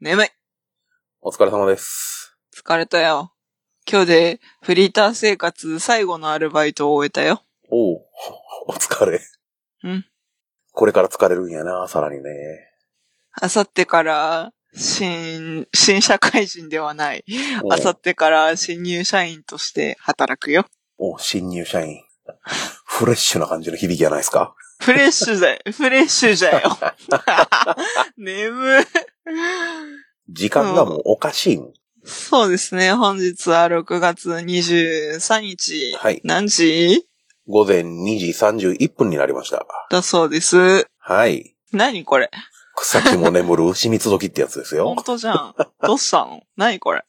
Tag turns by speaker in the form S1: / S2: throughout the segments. S1: 眠い。
S2: お疲れ様です。
S1: 疲れたよ。今日でフリーター生活最後のアルバイトを終えたよ。
S2: おう、 お疲れ。
S1: うん。
S2: これから疲れるんやな、さらにね。
S1: あさってから、新、新社会人ではない。
S2: おう
S1: あさってから新入社員として働くよ。
S2: おう新入社員。フレッシュな感じの響きじゃないですか。
S1: フレッシュだ よ。フレッシュじゃよ。 眠い。
S2: 時間がもうおかしいもん。
S1: そうですね。本日は6月23日。
S2: はい
S1: 何時
S2: 午前2時31分になりました。
S1: だそうです。
S2: はい。
S1: 何これ
S2: 草木も 眠る牛蜜時ってやつです
S1: ほ
S2: よ
S1: ん。とじゃん。どうしたの何これ。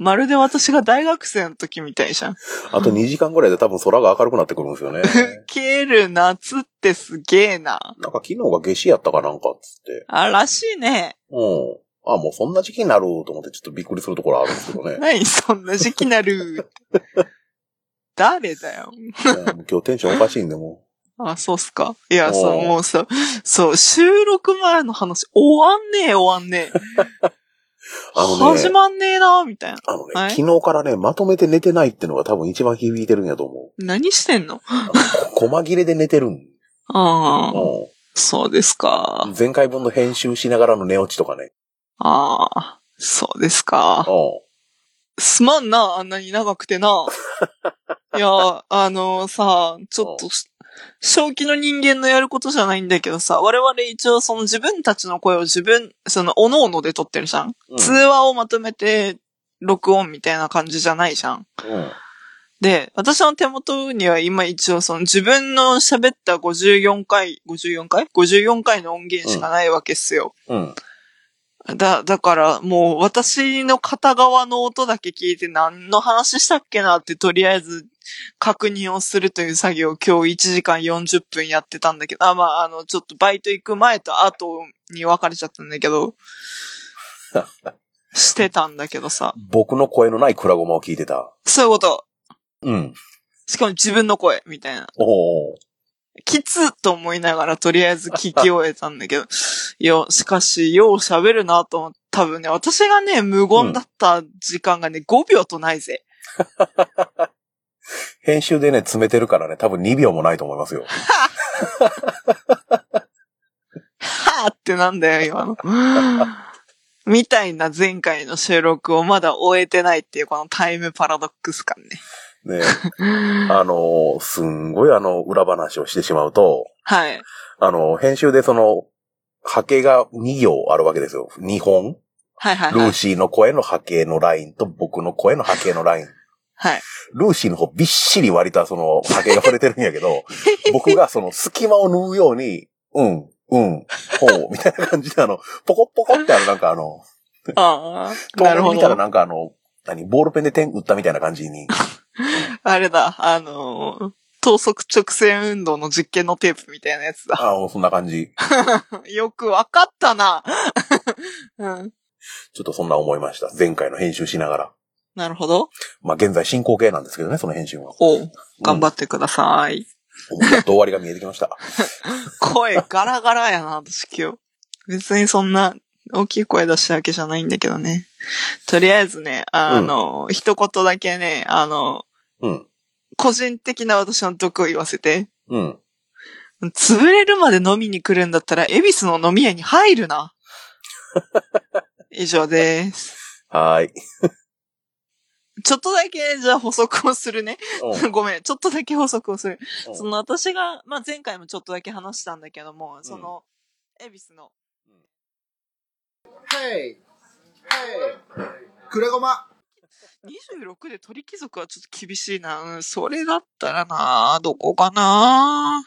S1: まるで私が大学生の時みたいじゃん。
S2: あと2時間ぐらいで多分空が明るくなってくるんですよね。
S1: ケる夏ってすげえな。
S2: なんか昨日が夏至やったかなんかっつって。
S1: あ、らしいね。
S2: うん。あ、もうそんな時期になると思ってちょっとびっくりするところあるんですけど ね。
S1: 何そんな時期なる。誰だ
S2: う
S1: よ。
S2: んもう今日テンションおかしいんでも
S1: あ、そうっすか。いや、
S2: おう
S1: そう、もうさ、そう、収録前の話、終わんねえ、終わんねえ。
S2: う。あのね
S1: 始。まんねえな、みたいな。
S2: あのね、
S1: はい
S2: 昨日からね、まとめて寝てないってのが多分一番響いてるんやと思う。
S1: 何してんの
S2: こ細切れで寝てるん。
S1: ああ、
S2: う
S1: そうですか
S2: ん。。前回分の編集しながらの寝落ちとかね。
S1: ああ、そうですか。
S2: う
S1: すまんな、あんなに長くてな。いや、あのさ、ちょっとし、正気の人間のやることじゃないんだけどさ、我々一応その自分たちの声を自分、その、おのおので撮ってるじゃん、
S2: ん。
S1: 通話をまとめて、録音みたいな感じじゃないじゃん。
S2: うん。
S1: で、私の手元には今一応その自分の喋った54回、54回 ?54 回の音源しかないわけっすよ。
S2: うん。
S1: だ、だから、もう私の片側の音だけ聞いて何の話したっけなってとりあえず確認をするという作業を今日1時間40分やってたんだけど、あ、まあ、あの、ちょっとバイト行く前と後に分かれちゃったんだけど、してたんだけどさ。
S2: 僕の声のないクラゴマを聞いてた。
S1: そういうこと。
S2: うん。
S1: しかも自分の声、みたいな。
S2: おうおう
S1: きつと思いながらとりあえず聞き終えたんだけど、 いや、しかし、よう喋るなと思って、多分ね、私がね、無言だった時間がね、5秒とないぜ。
S2: 編集でね、詰めてるからね、多分2秒もないと思いますよ。
S1: はぁってなんだよ、今の。 みたいな前回の収録をまだ終えてないっていうこのタイムパラドックス感ね。
S2: ね。あのーすんごいあの、裏話をしてしまうと、
S1: はい。
S2: あのー編集でその、波形が2行あるわけですよ。2本。
S1: はいは い
S2: ル
S1: は
S2: ー
S1: い。
S2: シーの声の波形のラインと僕の声の波形のライン。
S1: はい。
S2: ルーシーの方びっしり割とその波形が触れてるんやけ ど、僕がその隙間を縫うように、うん、うん、ほう、みたいな感じであの、ポコッポコってあの、なんかあの、
S1: ああ、な
S2: 透
S1: る
S2: 明
S1: ほ
S2: 見たら
S1: ど。
S2: なんかあの、何、ボールペンで点打ったみたいな感じに。
S1: あれだ、あのー等速直線運動の実験のテープみたいなやつだ。
S2: ああ、そんな感じ。
S1: よくわかったな。 うん。
S2: ちょっとそんな思いました。前回の編集しながら。
S1: なるほど。
S2: まあ、現在進行形なんですけどね、その編集は。
S1: おう頑張ってください。
S2: うん。やっと終わりが見えてきました。
S1: 声ガラガラやな、私今日。別にそんな大きい声出したわけじゃないんだけどね。とりあえずね、あの、一言だけね、あの、
S2: うん。
S1: 個人的な私の毒を言わせて。
S2: うん。
S1: 潰れるまで飲みに来るんだったら、恵比寿の飲み屋に入るな。以上です。
S2: はーい。
S1: ちょっとだけ、じゃあ補足をするね。
S2: うん
S1: ごめん、ちょっとだけ補足をする。
S2: うん
S1: その私が、まあ、前回もちょっとだけ話したんだけども、その、恵比寿の、
S3: はい。はい。くれごま。
S1: 26で鳥貴族はちょっと厳しいな。うん、それだったらな、どこかな。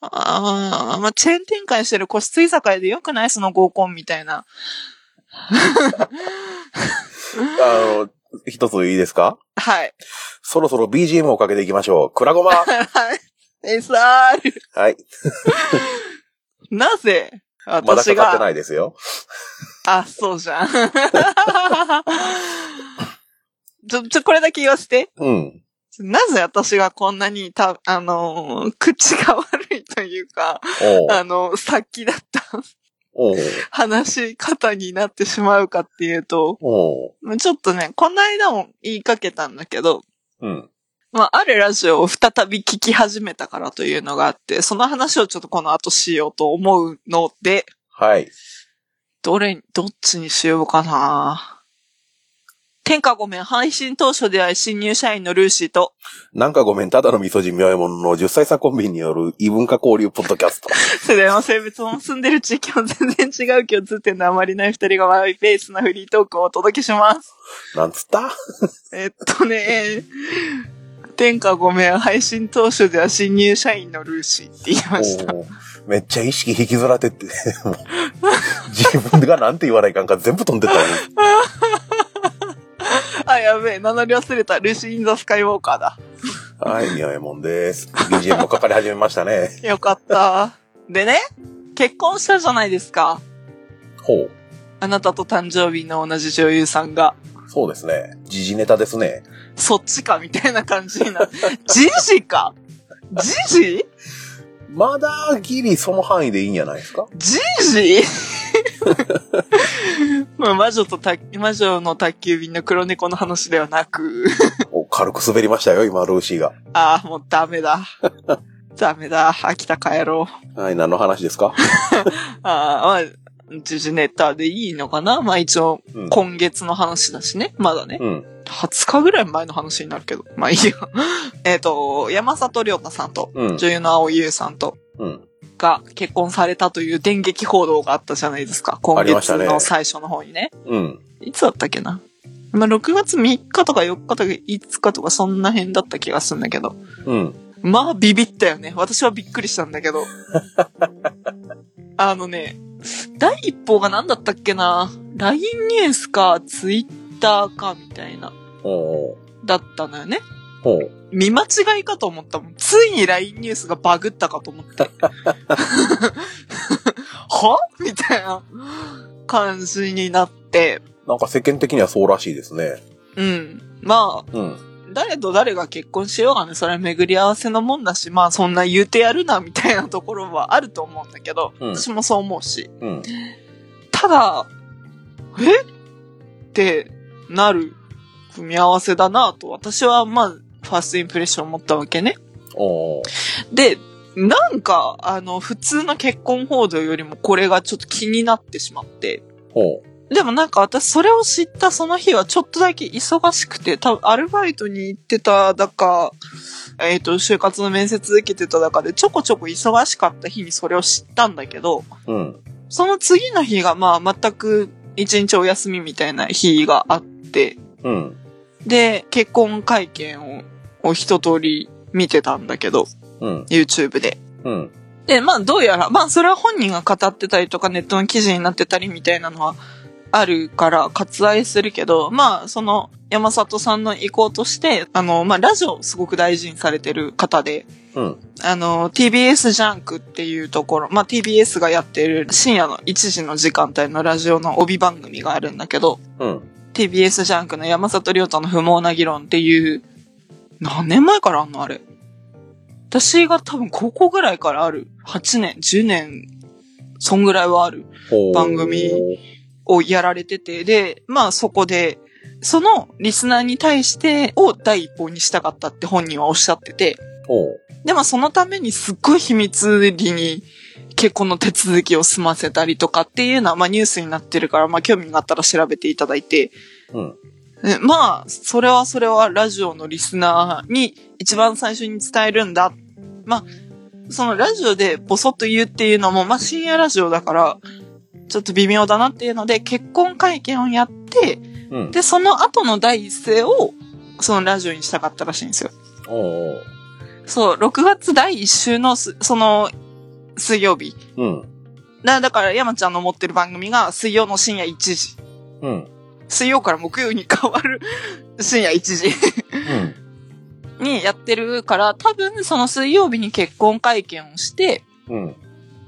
S1: あーまあ、チェーン展開してる個室居酒屋でよくないその合コンみたいな。
S2: あの、一ついいですか
S1: はい。
S2: そろそろ BGM をかけていきましょう。くらご ま
S1: SR。
S2: はい。
S1: なぜ
S2: まだ
S1: 私
S2: かかって
S1: が、
S2: ないですよ。
S1: あ、そうじゃん。 ちょ、ちょ、これだけ言わせて。
S2: うん。
S1: なぜ私がこんなにた、あのー口が悪いというか、
S2: おう
S1: あのー殺気だった。
S2: おう
S1: 話し方になってしまうかっていうと、
S2: おう
S1: ちょっとね、この間も言いかけたんだけど、
S2: うん。
S1: まあ、あるラジオを再び聞き始めたからというのがあって、その話をちょっとこの後しようと思うので、
S2: はい。
S1: どれ、どっちにしようかな天下ごめん、配信当初であり新入社員のルーシーと、
S2: なんかごめん、ただの味噌汁妙えもんの10歳差コンビによる異文化交流ポッドキャ スト。
S1: 世代も性別も住んでる地域も全然違う共通点のあまりない二人がマイペースなフリートークをお届けします。
S2: なんつった
S1: えっとね、天下ごめん、配信当初では新入社員のルーシーって言いました。
S2: おうめっちゃ意識引きずられて って、もう自分がなんて言わないかんか全部飛んでったよね。
S1: あ、やべえ、名乗り忘れた。ルーシー・イン・ザ・スカイ・ウォーカーだ。
S2: はい、みよえもんです。BGM もかかり始めましたね。
S1: よかった。でね、結婚したじゃないですか。
S2: ほう。
S1: あなたと誕生日の同じ女優さんが、
S2: そうですね。時事ネタですね。
S1: そっちかみたいな感じになる。ジジかジジ
S2: まだギリその範囲でいいんじゃないですか
S1: ジジ まあ魔女と宅魔女の宅急便の黒猫の話ではなく、
S2: お軽く滑りましたよ、今、ルーシーが。
S1: ああ、もうダメだ。ダメだ。秋田帰ろう。
S2: はい、何の話ですか
S1: ああ、まあ、ジジネタでいいのかなまあ一応、
S2: うん。
S1: 今月の話だしね。まだね。
S2: うん。
S1: 20日ぐらい前の話になるけど。まあいいや。 えっと、山里亮太さんと、
S2: うん。
S1: 女優の青井優さんと、
S2: うん。
S1: が結婚されたという電撃報道があったじゃないですか。今
S2: ありまし
S1: 月
S2: たね
S1: の最初の方にね。
S2: うん。
S1: いつだったっけな。まあ、6月3日とか4日とか5日とかそんな辺だった気がするんだけど。
S2: うん。
S1: まあ、ビビったよね。私はびっくりしたんだけど。あのね、第一報が何だったっけな。LINE ニュースか、Twitter か、みたいな、
S2: ほ
S1: だったのよね。
S2: う。ほう。
S1: 見間違いかと思ったもん。ついに LINE ニュースがバグったかと思って。はみたいな感じになって。
S2: なんか世間的にはそうらしいですね。
S1: うん。まあ、
S2: うん。
S1: 誰と誰が結婚しようがね、それは巡り合わせのもんだし、まあそんな言うてやるな、みたいなところはあると思うんだけど、
S2: うん
S1: 私もそう思うし。
S2: うん。
S1: ただ、えってなる組み合わせだなと、私はまあ、ファーストインプレッションを持ったわけね。
S2: おー
S1: で、なんか、あの、普通の結婚報道よりもこれがちょっと気になってしまって。
S2: ほ
S1: でもなんか私それを知ったその日はちょっとだけ忙しくて、多分アルバイトに行ってただか、えっ、と、就活の面接受けてただかでちょこちょこ忙しかった日にそれを知ったんだけど、
S2: う。うん。
S1: その次の日がまあ全く一日お休みみたいな日があって、
S2: うん。
S1: で、結婚会見をを一通り見てたんだけど、
S2: うん。
S1: YouTube で。
S2: うん。
S1: で、まあどうやら、まあそれは本人が語ってたりとかネットの記事になってたりみたいなのはあるから割愛するけど、まあその山里さんの意向として、あの、まあラジオをすごく大事にされてる方で、
S2: うん。
S1: あの、TBS ジャンクっていうところ、まあ TBS がやってる深夜の1時の時間帯のラジオの帯番組があるんだけど、
S2: うん。
S1: TBS ジャンクの山里亮太の不毛な議論っていう、何年前からあんのあれ。私が多分高校ぐらいからある。8年、10年、そんぐらいはある。
S2: ほう。
S1: 番組をやられてて、で、まあそこで、そのリスナーに対してを第一報にしたかったって本人はおっしゃってて、
S2: ほう。
S1: でもそのためにすっごい秘密裏に結婚の手続きを済ませたりとかっていうのは、まあニュースになってるから、まあ興味があったら調べていただいて、
S2: うん。
S1: ねまあ、それはそれはラジオのリスナーに一番最初に伝えるんだ。まあ、そのラジオでボソッと言うっていうのも、まあ深夜ラジオだから、ちょっと微妙だなっていうので、結婚会見をやって、
S2: うん。
S1: で、その後の第一声を、そのラジオにしたかったらしいんですよ。
S2: おう
S1: そう、6月第1週のす、その、水曜日。
S2: おう。うん。
S1: だだから、山ちゃんの持ってる番組が水曜の深夜1時。
S2: うん。
S1: 水曜から木曜に変わる深夜1時。
S2: うん。
S1: にやってるから、多分その水曜日に結婚会見をして、
S2: うん。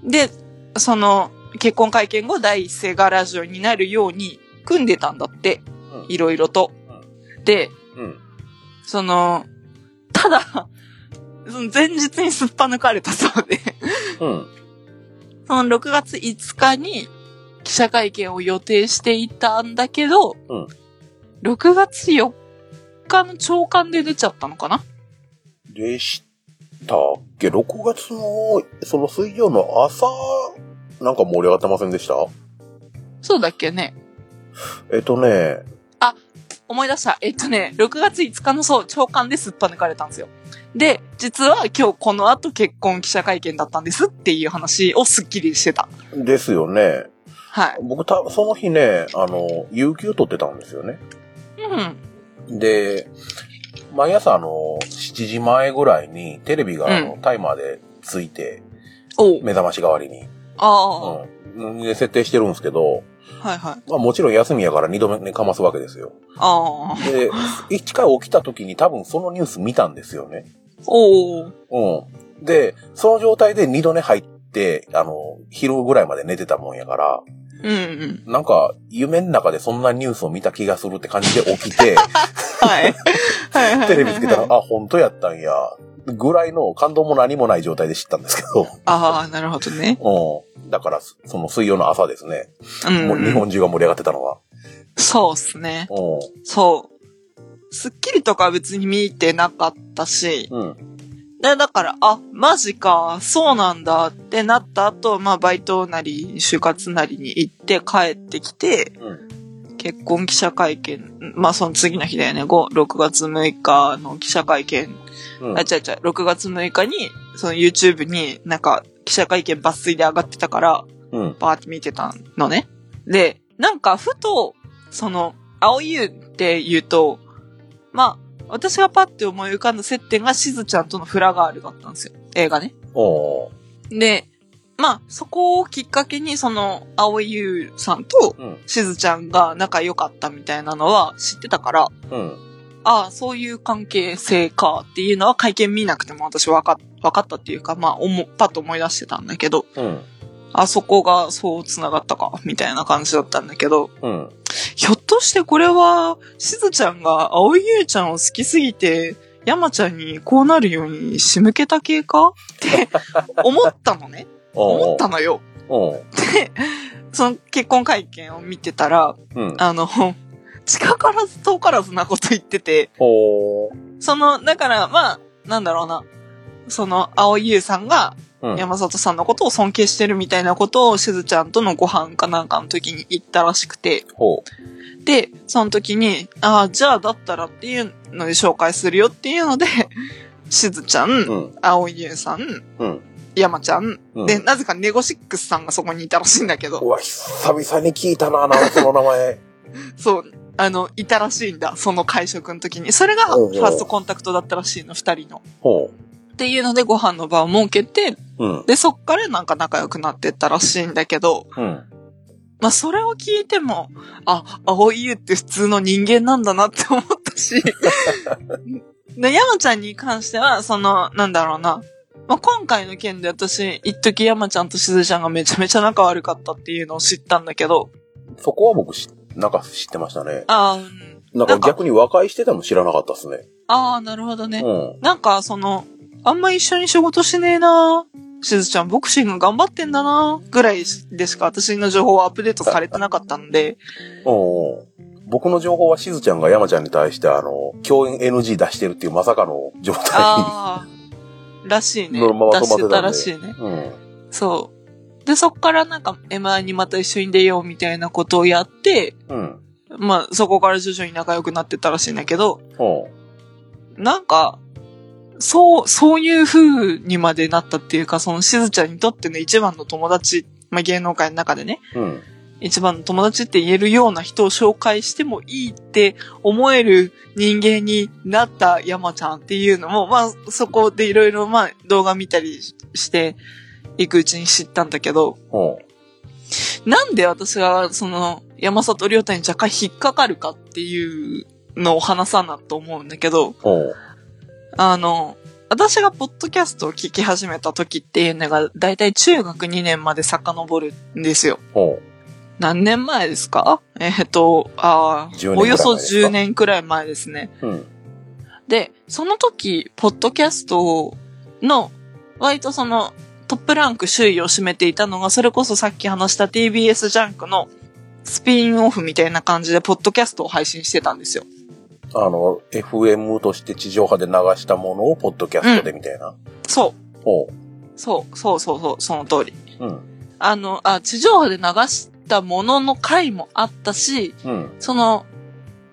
S1: で、その結婚会見後第一声がラジオになるように組んでたんだって、いろいろと。で、
S2: うん。
S1: その、ただ、その前日にすっぱ抜かれたそうで、
S2: うん。
S1: そうん、6月5日に記者会見を予定していたんだけど、
S2: うん
S1: 6月4日の朝刊で出ちゃったのかな
S2: でしたっけ ?6 月の、その水曜の朝、なんか盛り上がってませんでした
S1: そうだっけね。
S2: えっとね、
S1: 思い出した。えっとね、6月5日のそう、朝刊ですっぱ抜かれたんですよ。で、実は今日この後結婚記者会見だったんですっていう話をスッキリしてた。
S2: ですよね。
S1: はい。
S2: 僕た、その日ね、あの、有給取ってたんですよね。
S1: うん。
S2: で、毎朝あの、7時前ぐらいにテレビがあのタイマーでついて、
S1: おう
S2: 目覚まし代わりに。
S1: あ
S2: うん。で、設定してるんですけど、
S1: あ、はいはい。
S2: まあもちろん休みやから二度目にかますわけですよ。
S1: ああ、
S2: で、一回起きた時に多分そのニュース見たんですよね。
S1: おう
S2: うん。で、その状態で二度寝入って、あの、昼ぐらいまで寝てたもんやから、
S1: うんうん。
S2: なんか、夢の中でそんなニュースを見た気がするって感じで起き て、
S1: はい。はいはいはい
S2: テレビつけたら、あ、本当やったんや、ぐらいの感動も何もない状態で知ったんですけ
S1: ああ、なるほどね。
S2: ど、うん。だから、その水曜の朝ですね。
S1: うん。
S2: もう日本中が盛り上がってたのは。
S1: そうっすね。
S2: う
S1: そう。スッキリとかは別に見てなかったし、
S2: ん。うん。
S1: で、だから、あ、マジか、そうなんだってなった後、まあ、バイトなり、就活なりに行って帰ってきて、
S2: うん。
S1: 結婚記者会見、まあ、その次の日だよね、5、6月6日の記者会見、
S2: うん
S1: あ、違う違う、6月6日に、その YouTube になんか、記者会見抜粋で上がってたから、
S2: うん。
S1: バーって見てたのね。で、なんかふと、その、青い湯って言うと、まあ、私がパッて思い浮かんだ接点がしずちゃんとのフラガールだったんですよ。映画ね。
S2: おー
S1: で、まあ、そこをきっかけに、その、青い湯さんと
S2: うん。
S1: しずちゃんが仲良かったみたいなのは知ってたから、
S2: うん。
S1: ああ、そういう関係性かっていうのは会見見なくても私分かっ分かったっていうか、まあ、思パッと思い出してたんだけど、
S2: うん。
S1: あそこがそう繋がったか、みたいな感じだったんだけど、
S2: うん。
S1: ひょっとしてこれは、しずちゃんが青井優ちゃんを好きすぎて、山ちゃんにこうなるように仕向けた系かって思ったのね。思
S2: お
S1: ったのよ。
S2: おー
S1: その結婚会見を見てたら、
S2: うん。
S1: あの、近からず遠からずなこと言ってて、
S2: おー
S1: その、だから、まあ、なんだろうな。その、青井優さんが
S2: うん。
S1: 山里さんのことを尊敬してるみたいなことをしずちゃんとのご飯かなんかの時に言ったらしくて、
S2: ほ
S1: で、その時に、ああ、じゃあだったらっていうので紹介するよってい うので、しずちゃ、
S2: う。うんん。
S1: 青井優さん、
S2: うん。
S1: 山ちゃん、
S2: うん。
S1: で、なぜかネゴシックスさんがそこにいたらしいんだけ
S2: う
S1: ど、
S2: わ、久々に聞いたな、なんかその名前。
S1: そう、あの、いたらしいんだ、その会食の時に。それが
S2: おうお
S1: フ
S2: う
S1: ァーストコンタクトだったらしいの、二人の。
S2: ほ
S1: っていうのでご飯の場を設けて、
S2: う。うん。
S1: で、そっからなんか仲良くなってったらしいんだけど、
S2: うん。
S1: まあ、それを聞いても、あ、青い優って普通の人間なんだなって思ったし、で、山ちゃんに関しては、その、なんだろうな。まあ、今回の件で私、一時山ちゃんとしずちゃんがめちゃめちゃ仲悪かったっていうのを知ったんだけど、
S2: そこは僕し、なんか知ってましたね。
S1: あーうん
S2: なん
S1: な
S2: か
S1: んか
S2: 逆に和解してたの知らなかったっすね。
S1: あー、なるほどね。
S2: うん。
S1: なんか、その、あんま一緒に仕事しねえなしずちゃんボクシング頑張ってんだなぐらいでしか私の情報はアップデートされてなかったんで、
S2: うんうん。僕の情報はしずちゃんが山ちゃんに対してあの、共演 NG 出してるっていうまさかの状態
S1: ああ、らしいね。
S2: そのまま止ま
S1: 出
S2: ってたんで
S1: してたらしいね。
S2: に。 うん。
S1: そう。で、そっからなんか、M1 にまた一緒に出ようみたいなことをやって、
S2: うん。
S1: まあ、そこから徐々に仲良くなってったらしいんだけど、
S2: う
S1: なんか、そう、そういう風にまでなったっていうか、そのしずちゃんにとっての一番の友達、まあ芸能界の中でね、
S2: ん。うん。
S1: 一番の友達って言えるような人を紹介してもいいって思える人間になった山ちゃんっていうのも、まあそこでいろいろまあ動画見たりしていくうちに知ったんだけど、
S2: うん。
S1: なんで私がその山里亮太に若干引っかかるかっていうのを話さなと思うんだけど、
S2: うん。
S1: あの、私がポッドキャストを聞き始めた時っていうのがだいたい中学2年まで遡るんですよ。
S2: うん。
S1: 何年前ですかえーっと、ああ、
S2: 10年くらい前ですか
S1: およそ10年くらい前ですね。
S2: うん。
S1: で、その時、ポッドキャストの、割とその、トップランク首位を占めていたのが、それこそさっき話した TBS ジャンクのスピンオフみたいな感じで、ポッドキャストを配信してたんですよ。
S2: あの、FM として地上波で流したものをポッドキャストでみたいな。
S1: そ
S2: ほ
S1: う。そう、そうそうそう、その通り。
S2: う。うん。
S1: あの、あ、地上波で流したものの回もあったし、
S2: うん。
S1: その、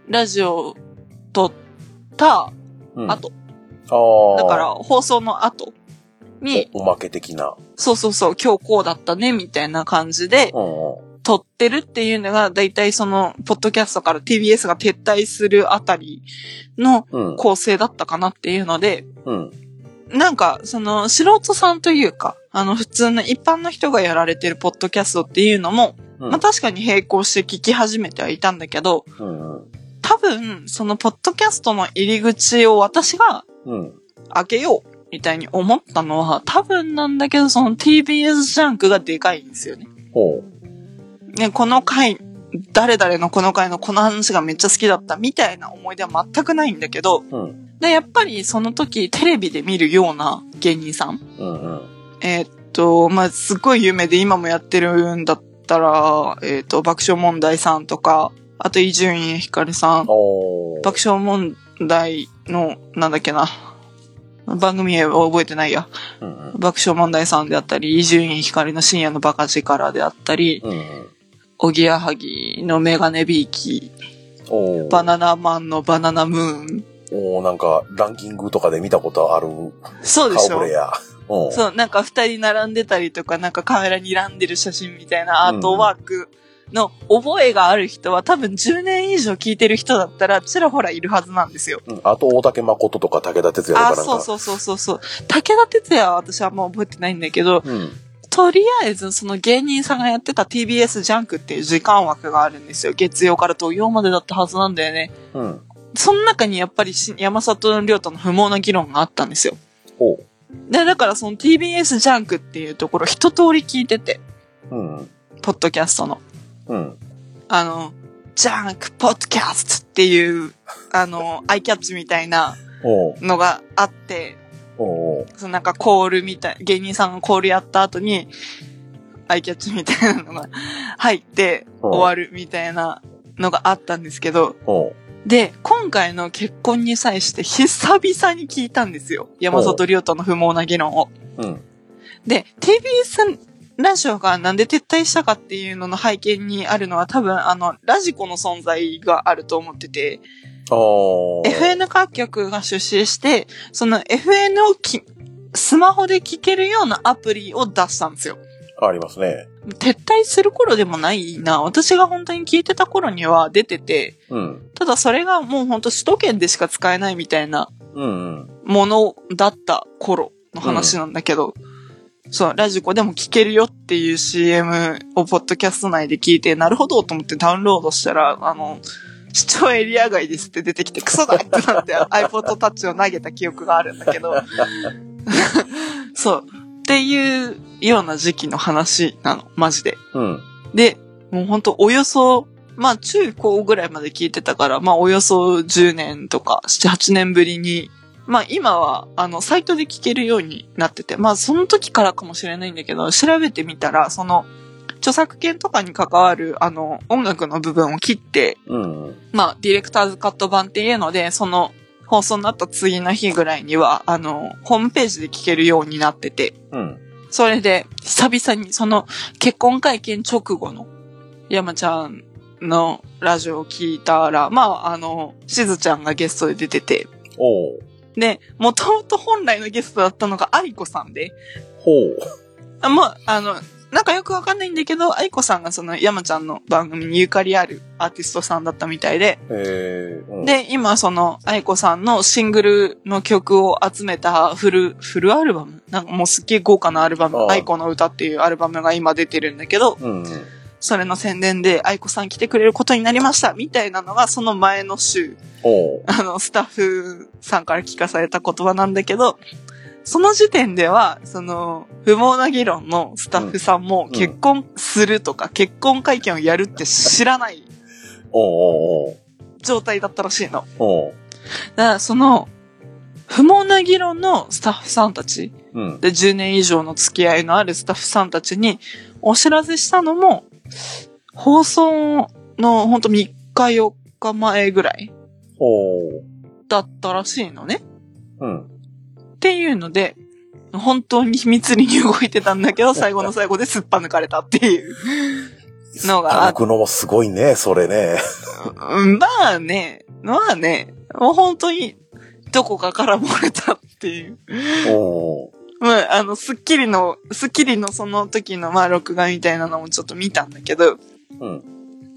S1: ラジオを撮った
S2: うん、
S1: 後、
S2: ああ。
S1: だから、放送の後に、
S2: おまけ的な。
S1: そうそうそう、今日こうだったね、みたいな感じで
S2: う、んうん。
S1: 撮ってるっていうのが、だいたいその、ポッドキャストから TBS が撤退するあたりの
S2: うん。
S1: 構成だったかなっていうので、
S2: うん。
S1: なんか、その、素人さんというか、あの、普通の一般の人がやられてるポッドキャストっていうのも、
S2: うん
S1: まあ確かに並行して聞き始めてはいたんだけど、
S2: うんうん。
S1: 多分、そのポッドキャストの入り口を私が
S2: うん。
S1: 開けよう、みたいに思ったのは、多分なんだけど、その TBS ジャンクがでかいんですよね。
S2: ほ
S1: ね、この回、誰々のこの回のこの話がめっちゃ好きだったみたいな思い出は全くないんだけど、
S2: う。うん。
S1: で、やっぱりその時テレビで見るような芸人さん。
S2: うんうん。
S1: えーっと、まあ、すっごい有名で今もやってるんだったら、えーっと、爆笑問題さんとか、あと伊集院光さん、
S2: おー。
S1: 爆笑問題の、なんだっけな、番組名は覚えてないや。
S2: うんうん。
S1: 爆笑問題さんであったり、伊集院光の深夜のバカ力であったり、
S2: うんうん。
S1: おぎやはぎのメガネビーキ
S2: おー
S1: バナナマンのバナナムーン。
S2: おーなんか、ランキングとかで見たことある
S1: そうでし
S2: 顔ぶ
S1: ょ
S2: れや。うん。
S1: そう、なんか二人並んでたりとか、なんかカメラにらんでる写真みたいなアートワークの覚えがある人は多分10年以上聞いてる人だったらちらほらいるはずなんですよ。
S2: うんあと、大竹誠とか武田鉄矢とかな
S1: あ、
S2: んか。
S1: そうそうそうそうそう。武田鉄矢は私はあんま覚えてないんだけど、
S2: う。うん。
S1: とりあえずその芸人さんがやってた TBS ジャンクっていう時間枠があるんですよ。月曜から土曜までだったはずなんだよね。
S2: うん。
S1: その中にやっぱりし山里亮太の不毛な議論があったんですよ。
S2: ほう。
S1: で、だからその TBS ジャンクっていうところ一通り聞いてて、
S2: うん。
S1: ポッドキャストの。
S2: うん。
S1: あの、ジャンクポッドキャストっていう、あの、アイキャッチみたいな
S2: おう
S1: のがあって、
S2: おう
S1: そのなんかコールみたい、芸人さんがコールやった後に、アイキャッチみたいなのが入って
S2: うん
S1: 終わるみたいなのがあったんですけど、
S2: おう
S1: で、今回の結婚に際して久々に聞いたんですよ。山里亮太の不毛な議論を。
S2: うん。
S1: で、TBS ラジオがなんで撤退したかっていうのの背景にあるのは多分あの、ラジコの存在があると思ってて、
S2: あー。
S1: FN 各局が出資して、その FN をきスマホで聞けるようなアプリを出したんですよ。
S2: ありますね。
S1: 撤退する頃でもないな。私が本当に聞いてた頃には出てて、
S2: うん。
S1: ただそれがもう本当首都圏でしか使えないみたいな
S2: うんうん。
S1: ものだった頃の話なんだけど、そう、ラジコでも聞けるよっていう CM をポッドキャスト内で聞いて、なるほどと思ってダウンロードしたら、あの、視聴エリア外ですって出てきて、クソだってなって iPod Touch を投げた記憶があるんだけど、そう、っていうような時期の話なの、マジで。
S2: うん。
S1: で、もうほんとおよそ、まあ中高ぐらいまで聞いてたから、まあおよそ10年とか7、8年ぶりに、まあ今はあのサイトで聞けるようになってて、まあその時からかもしれないんだけど、調べてみたら、その著作権とかに関わるあの音楽の部分を切って、
S2: うんうん。
S1: まあディレクターズカット版っていうので、その放送になった次の日ぐらいには、あの、ホームページで聞けるようになってて、
S2: うん。
S1: それで、久々にその結婚会見直後の山ちゃんのラジオを聞いたら、まあ、あの、しずちゃんがゲストで出てて、
S2: おう
S1: で、もともと本来のゲストだったのが愛子さんで、
S2: ほう。
S1: あまあ、あの、なんかよくわかんないんだけど、愛子さんがその山ちゃんの番組にゆかりあるアーティストさんだったみたいで、
S2: えー。うん、
S1: で、今その愛子さんのシングルの曲を集めたフル、フルアルバムなんかもうすっげえ豪華なアルバム
S2: あ、あ
S1: 愛子の歌っていうアルバムが今出てるんだけど、
S2: うんうん。
S1: それの宣伝で愛子さん来てくれることになりました、みたいなのがその前の週、
S2: おう。
S1: あの、スタッフさんから聞かされた言葉なんだけど、その時点では、その、不毛な議論のスタッフさんも
S2: ん
S1: 結婚するとか、結婚会見をやるって知らない
S2: おうおう
S1: 状態だったらしいの。
S2: おう。おう。
S1: だからその、不毛な議論のスタッフさんたち
S2: うん。
S1: で、10年以上の付き合いのあるスタッフさんたちにお知らせしたのも、放送のほんと3日4日前ぐらい
S2: おー。
S1: だったらしいのね。
S2: うん。
S1: っていうので、本当に秘密裏に動いてたんだけど、最後の最後ですっぱ抜かれたっていう。のが
S2: 僕のもすごいね、それね。
S1: うんまあね、まあね、もう本当にどこかから漏れたっていう。
S2: おー。
S1: まあ、あの、スッキリの、スッキリのその時の、まあ、録画みたいなのもちょっと見たんだけど、
S2: うん。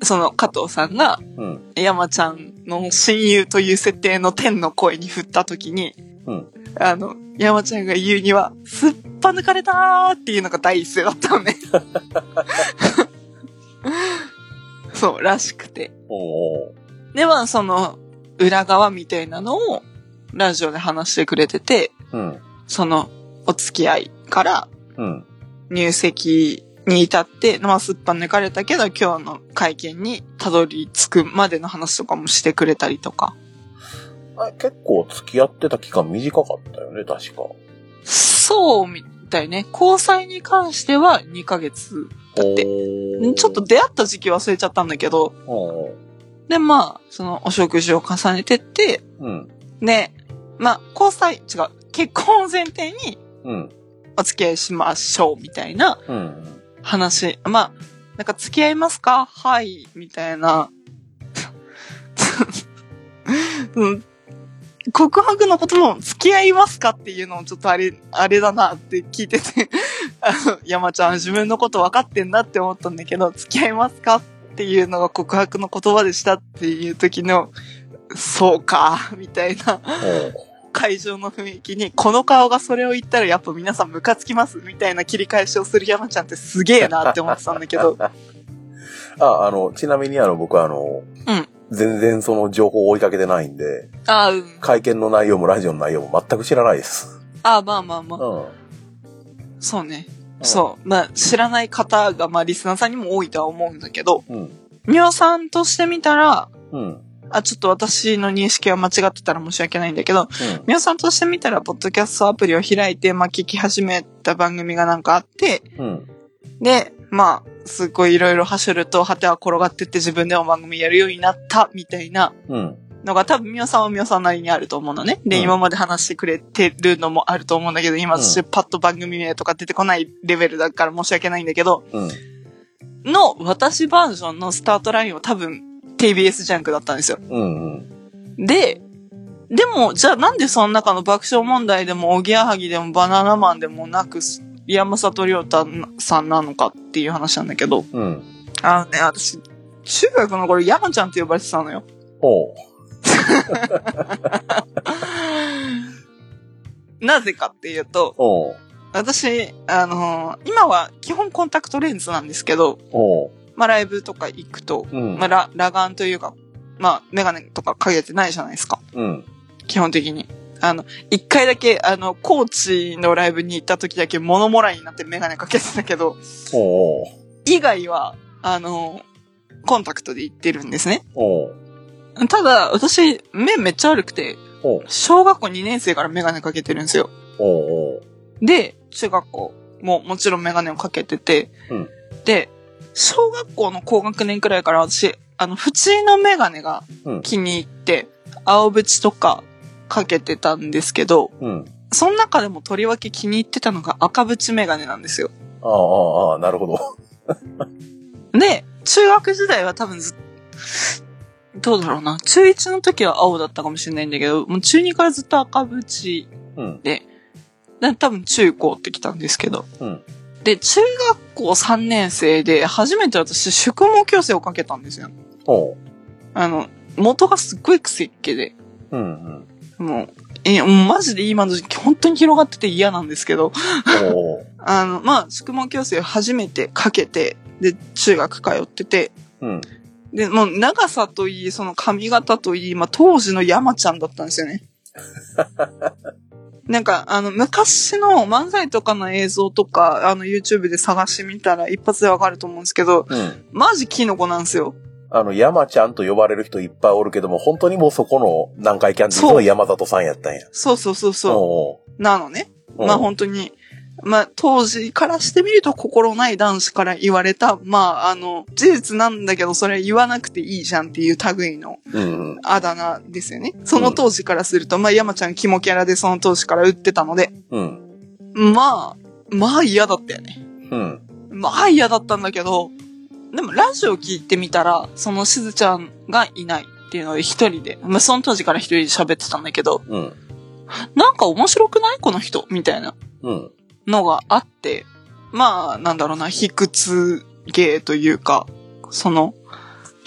S1: その加藤さんが、
S2: うん。
S1: 山ちゃんの親友という設定の天の声に振った時に、
S2: うん。
S1: あの、山ちゃんが言うには、すっぱ抜かれたーっていうのが第一声だったのね。そう、らしくて。
S2: おー。
S1: で、まあ、その、裏側みたいなのを、ラジオで話してくれてて、
S2: うん。
S1: その、お付き合いから
S2: うん。
S1: 入籍に至って、まあ、すっぱ抜かれたけど、今日の会見にたどり着くまでの話とかもしてくれたりとか。
S2: あれ結構付き合ってた期間短かったよね、確か。
S1: そうみたいね。交際に関しては2ヶ月だって。ん
S2: お
S1: ちょっと、出会った時期忘れちゃったんだけど、
S2: おー
S1: で、まあ、その、お食事を重ねてって、
S2: うん。
S1: で、まあ、交際、違う、結婚を前提に
S2: うん。
S1: お付き合いしましょう、みたいな
S2: うん。
S1: 話。まあ、なんか付き合いますかはい、みたいな。 うん告白のことも付き合いますかっていうのもちょっとあれ、あれだなって聞いてて、 あの、山ちゃん自分のこと分かってんなって思ったんだけど、付き合いますかっていうのが告白の言葉でしたっていう時の、そうか、みたいな。
S2: おー
S1: 会場の雰囲気に、この顔がそれを言ったらやっぱ皆さんムカつきますみたいな切り返しをする山ちゃんってすげえなって思ってたんだけど。
S2: あ、あの、ちなみにあの、僕はあの、
S1: うん
S2: 全然その情報を追いかけてないんで、
S1: ああ、うん。
S2: 会見の内容もラジオの内容も全く知らないです。
S1: ああ、まあまあまあ。
S2: うん。
S1: そうね。そう。まあ、知らない方が、まあ、リスナーさんにも多いとは思うんだけど、
S2: うん。うん。
S1: ミオさんとしてみたら、
S2: うん。うん。
S1: あ、ちょっと私の認識は間違ってたら申し訳ないんだけど、ミオさんとしてみたら、ポッドキャストアプリを開いて、まあ、聞き始めた番組がなんかあって、
S2: うん。
S1: で、まあ、すごいいろいろ走ると、果ては転がってって自分でも番組やるようになった、みたいな
S2: うん。
S1: のが多分、みおさんはみおさんなりにあると思うのね。で、
S2: うん
S1: 今まで話してくれてるのもあると思うんだけど、今、
S2: うん
S1: 私パッと番組名とか出てこないレベルだから申し訳ないんだけど、
S2: うん。
S1: の、私バージョンのスタートラインは多分、TBS ジャンクだったんですよ。
S2: うん。
S1: で、でも、じゃあなんでその中の爆笑問題でも、おぎやはぎでも、バナナマンでもなく、山里亮太さんなのかっていう話なんだけど、
S2: うん。
S1: あのね、私、中学の頃、山ちゃんって呼ばれてたのよ。
S2: ほう。
S1: なぜかっていうと、
S2: ほう。
S1: 私、あのー今は基本コンタクトレンズなんですけど、
S2: ほ
S1: まあライブとか行くと、
S2: う。うん
S1: まあ。ラ裸眼というか、まあメガネとかかけてないじゃないですか。
S2: うん。
S1: 基本的に。あの、一回だけ、あの、高知のライブに行った時だけモノモラになってメガネかけてたけど、
S2: ほう。
S1: 以外は、あのーコンタクトで行ってるんですね。
S2: ほう。
S1: ただ、私、目めっちゃ悪くて、
S2: ほう。
S1: 小学校2年生からメガネかけてるんですよ。
S2: ほう。
S1: で、中学校ももちろんメガネをかけてて、
S2: うん
S1: で、小学校の高学年くらいから私、あの、普通のメガネが
S2: うん
S1: 気に入って、青縁とかかけてたんですけど、
S2: うん。
S1: その中でもとりわけ気に入ってたのが赤縁メガネなんですよ。
S2: ああ、ああ、ああ、なるほど。
S1: で、中学時代は多分ずっどうだろうな。中1の時は青だったかもしれないんだけど、もう中2からずっと赤縁
S2: うん。
S1: で、多分中高ってきたんですけど。
S2: うん
S1: で、中学校3年生で、初めて私、宿毛矯正をかけたんですよ。
S2: ほ
S1: あの、元がすっごい癖っ気で、
S2: う。うん。うん。
S1: もう、え、もうマジで今の時期本当に広がってて嫌なんですけど、
S2: ほう。
S1: あの、まあ、宿毛矯正を初めてかけて、で、中学通ってて、
S2: うん。
S1: で、もう長さといい、その髪型といい、まあ、当時の山ちゃんだったんですよ ね。なんか、あの、昔の漫才とかの映像とか、あの、YouTube で探してみたら一発でわかると思うんですけど、
S2: うん。
S1: マジキノコなんですよ。
S2: あの、山ちゃんと呼ばれる人いっぱいおるけども、本当にもうそこの南海キャンディーズの山里さんやったんや。
S1: そうそうそうそうう。なのね。
S2: うん
S1: まあ本当に、まあ当時からしてみると心ない男子から言われた、まああの、事実なんだけどそれ言わなくていいじゃんっていう類の
S2: うん。
S1: あだ名ですよね。その当時からすると、まあ山ちゃんキモキャラでその当時から売ってたので、
S2: うん。
S1: まあ、まあ嫌だったよね。
S2: うん。
S1: まあ嫌だったんだけど、でもラジオ聞いてみたら、そのしずちゃんがいないっていうので一人で、まあその当時から一人で喋ってたんだけど、
S2: うん。
S1: なんか面白くないこの人みたいな。
S2: うん。
S1: のがあって、まあ、なんだろうな、卑屈芸というか、その、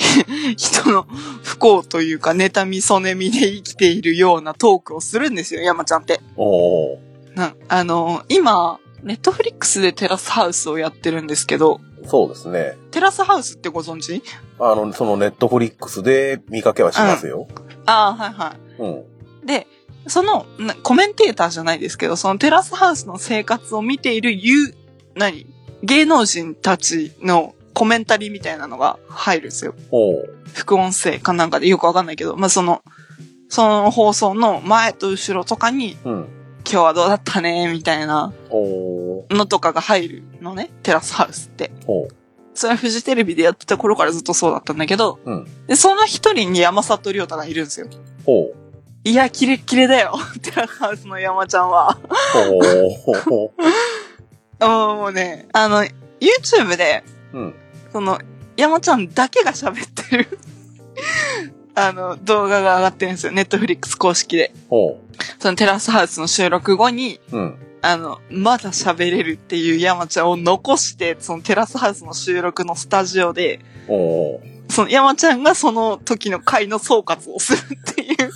S1: 人の不幸というか、妬み、そねみで生きているようなトークをするんですよ、山ちゃんって。
S2: おお。
S1: なんあの、今、ネットフリックスでテラスハウスをやってるんですけど、
S2: そうですね。
S1: テラスハウスってご存知
S2: あの、そのネットフリックスで見かけはしますよ。
S1: ああ、はいは
S2: うん。
S1: い。で、その、なコメンテーターじゃないですけど、そのテラスハウスの生活を見ている、ゆ、何芸能人たちのコメンタリーみたいなのが入るんですよ。
S2: おお。
S1: 副音声かなんかでよくわかんないけど、まあ、その、その放送の前と後ろとかに、
S2: うん。
S1: 今日はどうだったね、みたいな
S2: おお。
S1: のとかが入るのね、テラスハウスって。
S2: おお。
S1: それはフジテレビでやってた頃からずっとそうだったんだけど、
S2: うん
S1: で、その一人に山里亮太がいるんですよ。
S2: おお。
S1: いや、キレッキレだよ、 テラスハウスの山ちゃんは。
S2: おお。
S1: もうね、あの、YouTube で、
S2: うん。
S1: その、山ちゃんだけが喋ってる、 あの、動画が上がってるんですよ。ネットフリックス公式で。
S2: おう。
S1: そのテラスハウスの収録後に、
S2: うん。
S1: あの、まだ喋れるっていう山ちゃんを残して、そのテラスハウスの収録のスタジオで、
S2: おう。
S1: その山ちゃんがその時の回の総括をするっていう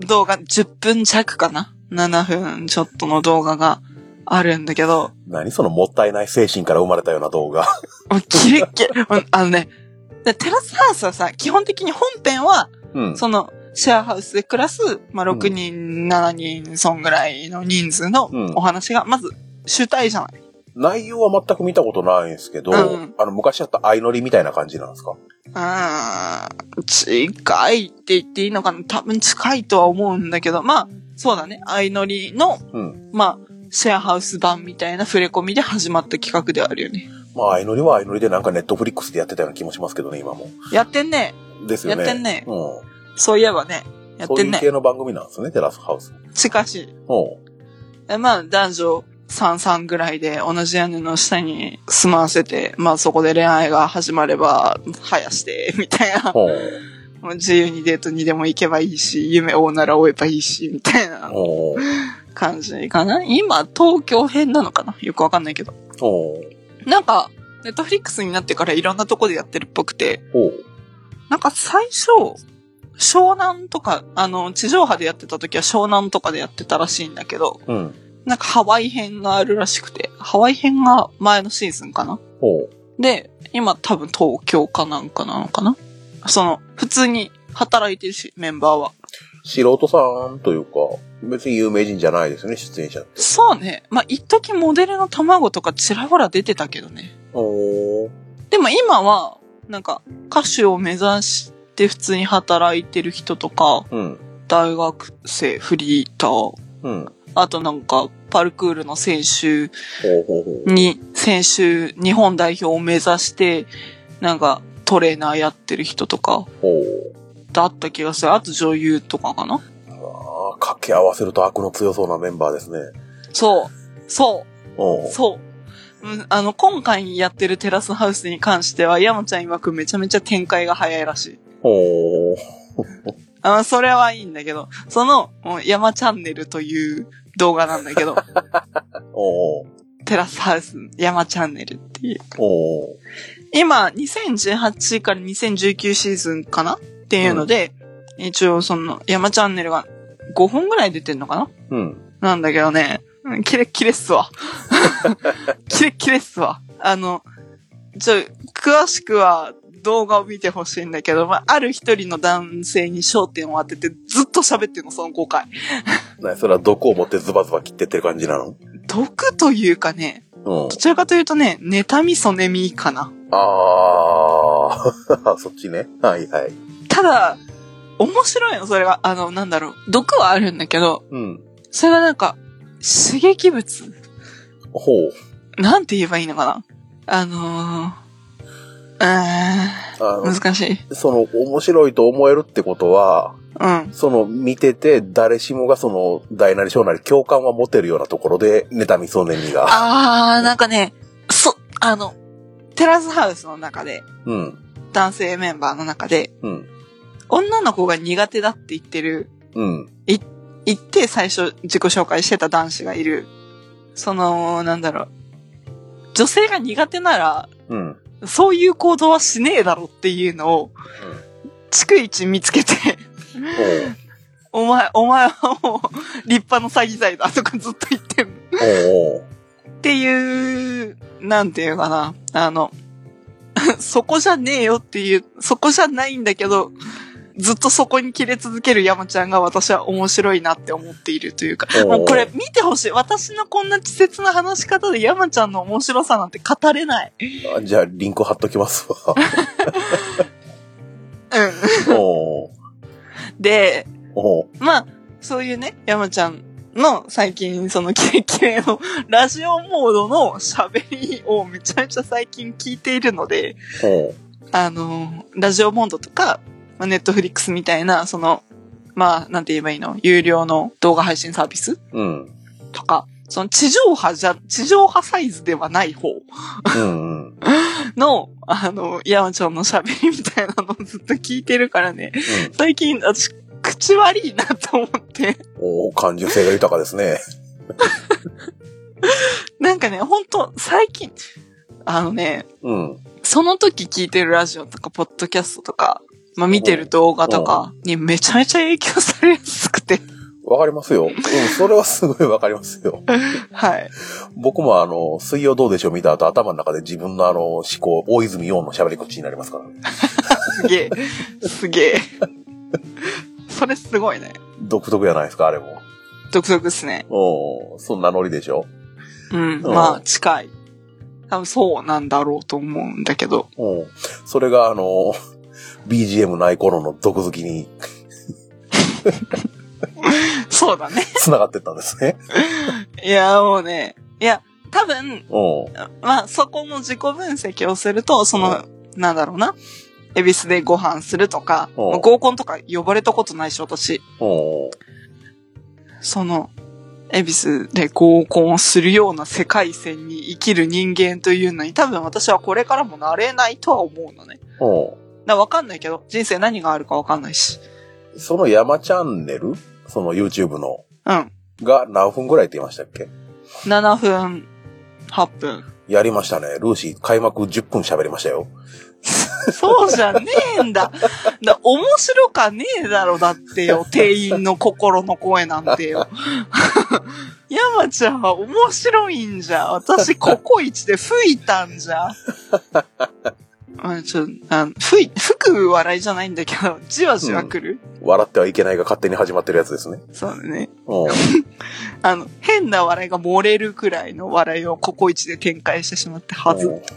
S1: 動画、10分弱かな ?7 分ちょっとの動画があるんだけど、
S2: 何そのもったいない精神から生まれたような動画。
S1: もうキレッキレ、うんあのね、でテラスハウスはさ、基本的に本編は、
S2: うん。
S1: その、シェアハウスで暮らす、まあ、
S2: うん
S1: 6人、7人、そんぐらいの人数の
S2: うん
S1: お話が、まず、主体じゃない。
S2: 内容は全く見たことないんですけど、
S1: うん
S2: あの、昔あった相乗りみたいな感じなんですか
S1: うーん、近いって言っていいのかな多分近いとは思うんだけど、まあ、そうだね。相乗りの、
S2: うん。
S1: まあ、シェアハウス版みたいな触れ込みで始まった企画ではあるよね。
S2: まあ、相乗りは相乗りでなんかネットフリックスでやってたような気もしますけどね、今も。
S1: やってんね。
S2: ですよね。
S1: やってんね
S2: うん。
S1: そういえばね。やっ
S2: そう
S1: て
S2: い
S1: ん
S2: う
S1: ね。
S2: 系の番組なんですよね、テラスハウス。
S1: しかし、
S2: うん。
S1: えまあ、男女33ぐらいで同じ屋根の下に住まわせて、まあそこで恋愛が始まれば、生やして、 みたい
S2: う
S1: な。
S2: ん。
S1: もう自由にデートにでも行けばいいし、夢を追うなら追えばいいし、みたいな
S2: うん。
S1: 感じかな。今、東京編なのかなよくわかんないけど。
S2: うん。
S1: なんか、ネットフリックスになってからいろんなとこでやってるっぽくて、
S2: おう。
S1: なんか最初、湘南とか、あの、地上波でやってた時は湘南とかでやってたらしいんだけど、
S2: うん。
S1: なんかハワイ編があるらしくて、ハワイ編が前のシーズンかな
S2: おう。
S1: で、今多分東京かなんかなのかなその、普通に働いてるし、メンバーは。
S2: 素人さんというか、別に有名人じゃないですね、出演者。
S1: そうね。まあ、一時モデルの卵とかちらほら出てたけどね。
S2: おう。
S1: でも今は、なんか、歌手を目指して普通に働いてる人とか、
S2: うん。
S1: 大学生、フリーター、
S2: うん。
S1: あとなんか、パルクールの選手
S2: ほうほうほう。
S1: に、選手、日本代表を目指して、なんか、トレーナーやってる人とか、
S2: ほう。
S1: だった気がする。あと女優とかかな
S2: ああ、掛け合わせると悪の強そうなメンバーですね。
S1: そう。そ
S2: お
S1: う。
S2: う。
S1: そう。うんあの、今回やってるテラスハウスに関しては、山ちゃん曰くめちゃめちゃ展開が早いらしい。
S2: おう。
S1: あそれはいいんだけど、その、もう山チャンネルという動画なんだけど、
S2: おう。
S1: テラスハウス、山チャンネルっていう。
S2: おう。
S1: 今、2018から2019シーズンかなっていうので、一応その、山チャンネルが5本ぐらい出てんのかな
S2: うん。
S1: なんだけどね、うんキレッキレっすわ。キレッキレっすわ。あの、ちょ、詳しくは動画を見てほしいんだけど、まあ、ある一人の男性に焦点を当ててずっと喋ってるの、その5回。
S2: なそれは毒を持ってズバズバ切ってってる感じなの
S1: 毒というかね、
S2: うん
S1: ど。ちらかというとね、妬みそねみかな。
S2: ああ、 そっちね。はいはい。
S1: ただ、面白いの、それが。あの、なんだろう。毒はあるんだけど、
S2: うん。
S1: それがなんか、刺激物
S2: ほう。
S1: なんて言えばいいのかなあの
S2: あ
S1: ー、うーん、難しい。
S2: の、その、面白いと思えるってことは、
S1: うん。
S2: その、見てて、誰しもがその、大なり小なり共感は持てるようなところで、妬みそうねみが。
S1: あー、なんかね、そ、あの、テラスハウスの中で、
S2: うん。
S1: 男性メンバーの中で、
S2: うん。
S1: 女の子が苦手だって言ってる、
S2: うん。
S1: 言って最初自己紹介してた男子がいる。その、なんだろう。女性が苦手なら、
S2: うん。
S1: そういう行動はしねえだろっていうのを、逐一見つけて、
S2: ほう。
S1: お前、お前はもう、立派な詐欺罪だとかずっと言ってんの
S2: ほうほ
S1: っていう、なんていうかな、あの、 そこじゃねえよっていう、そこじゃないんだけど、ずっとそこに切れ続ける山ちゃんが私は面白いなって思っているというか、
S2: う。
S1: もうこれ見てほしい。私のこんな稚拙な話し方で山ちゃんの面白さなんて語れない。
S2: あじゃあ、リンク貼っときます わ。
S1: う。
S2: おうん
S1: で、
S2: おう
S1: まあ、そういうね、山ちゃんの最近そのキレキレのラジオモードの喋りをめちゃめちゃ最近聞いているので、
S2: おう
S1: あの、ラジオモードとか、まあ、ネットフリックスみたいな、その、まあ、なんて言えばいいの有料の動画配信サービス
S2: うん。
S1: とか、その地上波じゃ、地上波サイズではない方
S2: うんうん。
S1: の、あの、山ちゃんの喋りみたいなのをずっと聞いてるからね、最近私、口悪いなと思って、
S2: おお感受性が豊かですね。
S1: なんかね、ほんと、最近、あのね、
S2: うん。
S1: その時聞いてるラジオとか、ポッドキャストとか、まあ、見てる動画とかにめちゃめちゃ影響されやすくて、
S2: わかりますよ。うん、それはすごいわかりますよ。
S1: はい。
S2: 僕もあの、水曜どうでしょう見た後、頭の中で自分のあの、思考、大泉洋の喋り口になりますから。
S1: すげえ。すげえ。それすごいね。
S2: 独特じゃないですか、あれも。
S1: 独特ですね。
S2: おーそんなノリでしょ。
S1: うん。
S2: うん
S1: まあ、近い。多分そうなんだろうと思うんだけど。
S2: うん。それがあの、BGM ない頃の毒好きに
S1: そうだね。
S2: 繋がってったんですね。
S1: いや、もうね。いや、多分、
S2: お
S1: まあ、そこの自己分析をすると、その、なんだろうな。恵比寿でご飯するとか、
S2: うん
S1: まあ合コンとか呼ばれたことないし、私。
S2: お
S1: その、恵比寿で合コンをするような世界線に生きる人間というのに、多分私はこれからもなれないとは思うのね。
S2: お
S1: な、わかんないけど、人生何があるかわかんないし。
S2: その山チャンネルその YouTube の。
S1: うん。
S2: が何分ぐらいって言いましたっけ
S1: 7分、8分。
S2: やりましたね。ルーシー開幕10分喋りましたよ。
S1: そうじゃねえんだ。だ、面白かねえだろ、だっ てよ。店員の心の声なんてよ。 山ちゃんは面白いんじゃ。私、ココイチで吹いたんじゃ。 あちょ、あ吹い、吹く笑いじゃないんだけど、じわじわ来る、
S2: 笑ってはいけないが勝手に始まってるやつですね。
S1: そうだね。
S2: うん。
S1: あの、変な笑いが漏れるくらいの笑いをココイチで展開してしまってはず。
S2: うん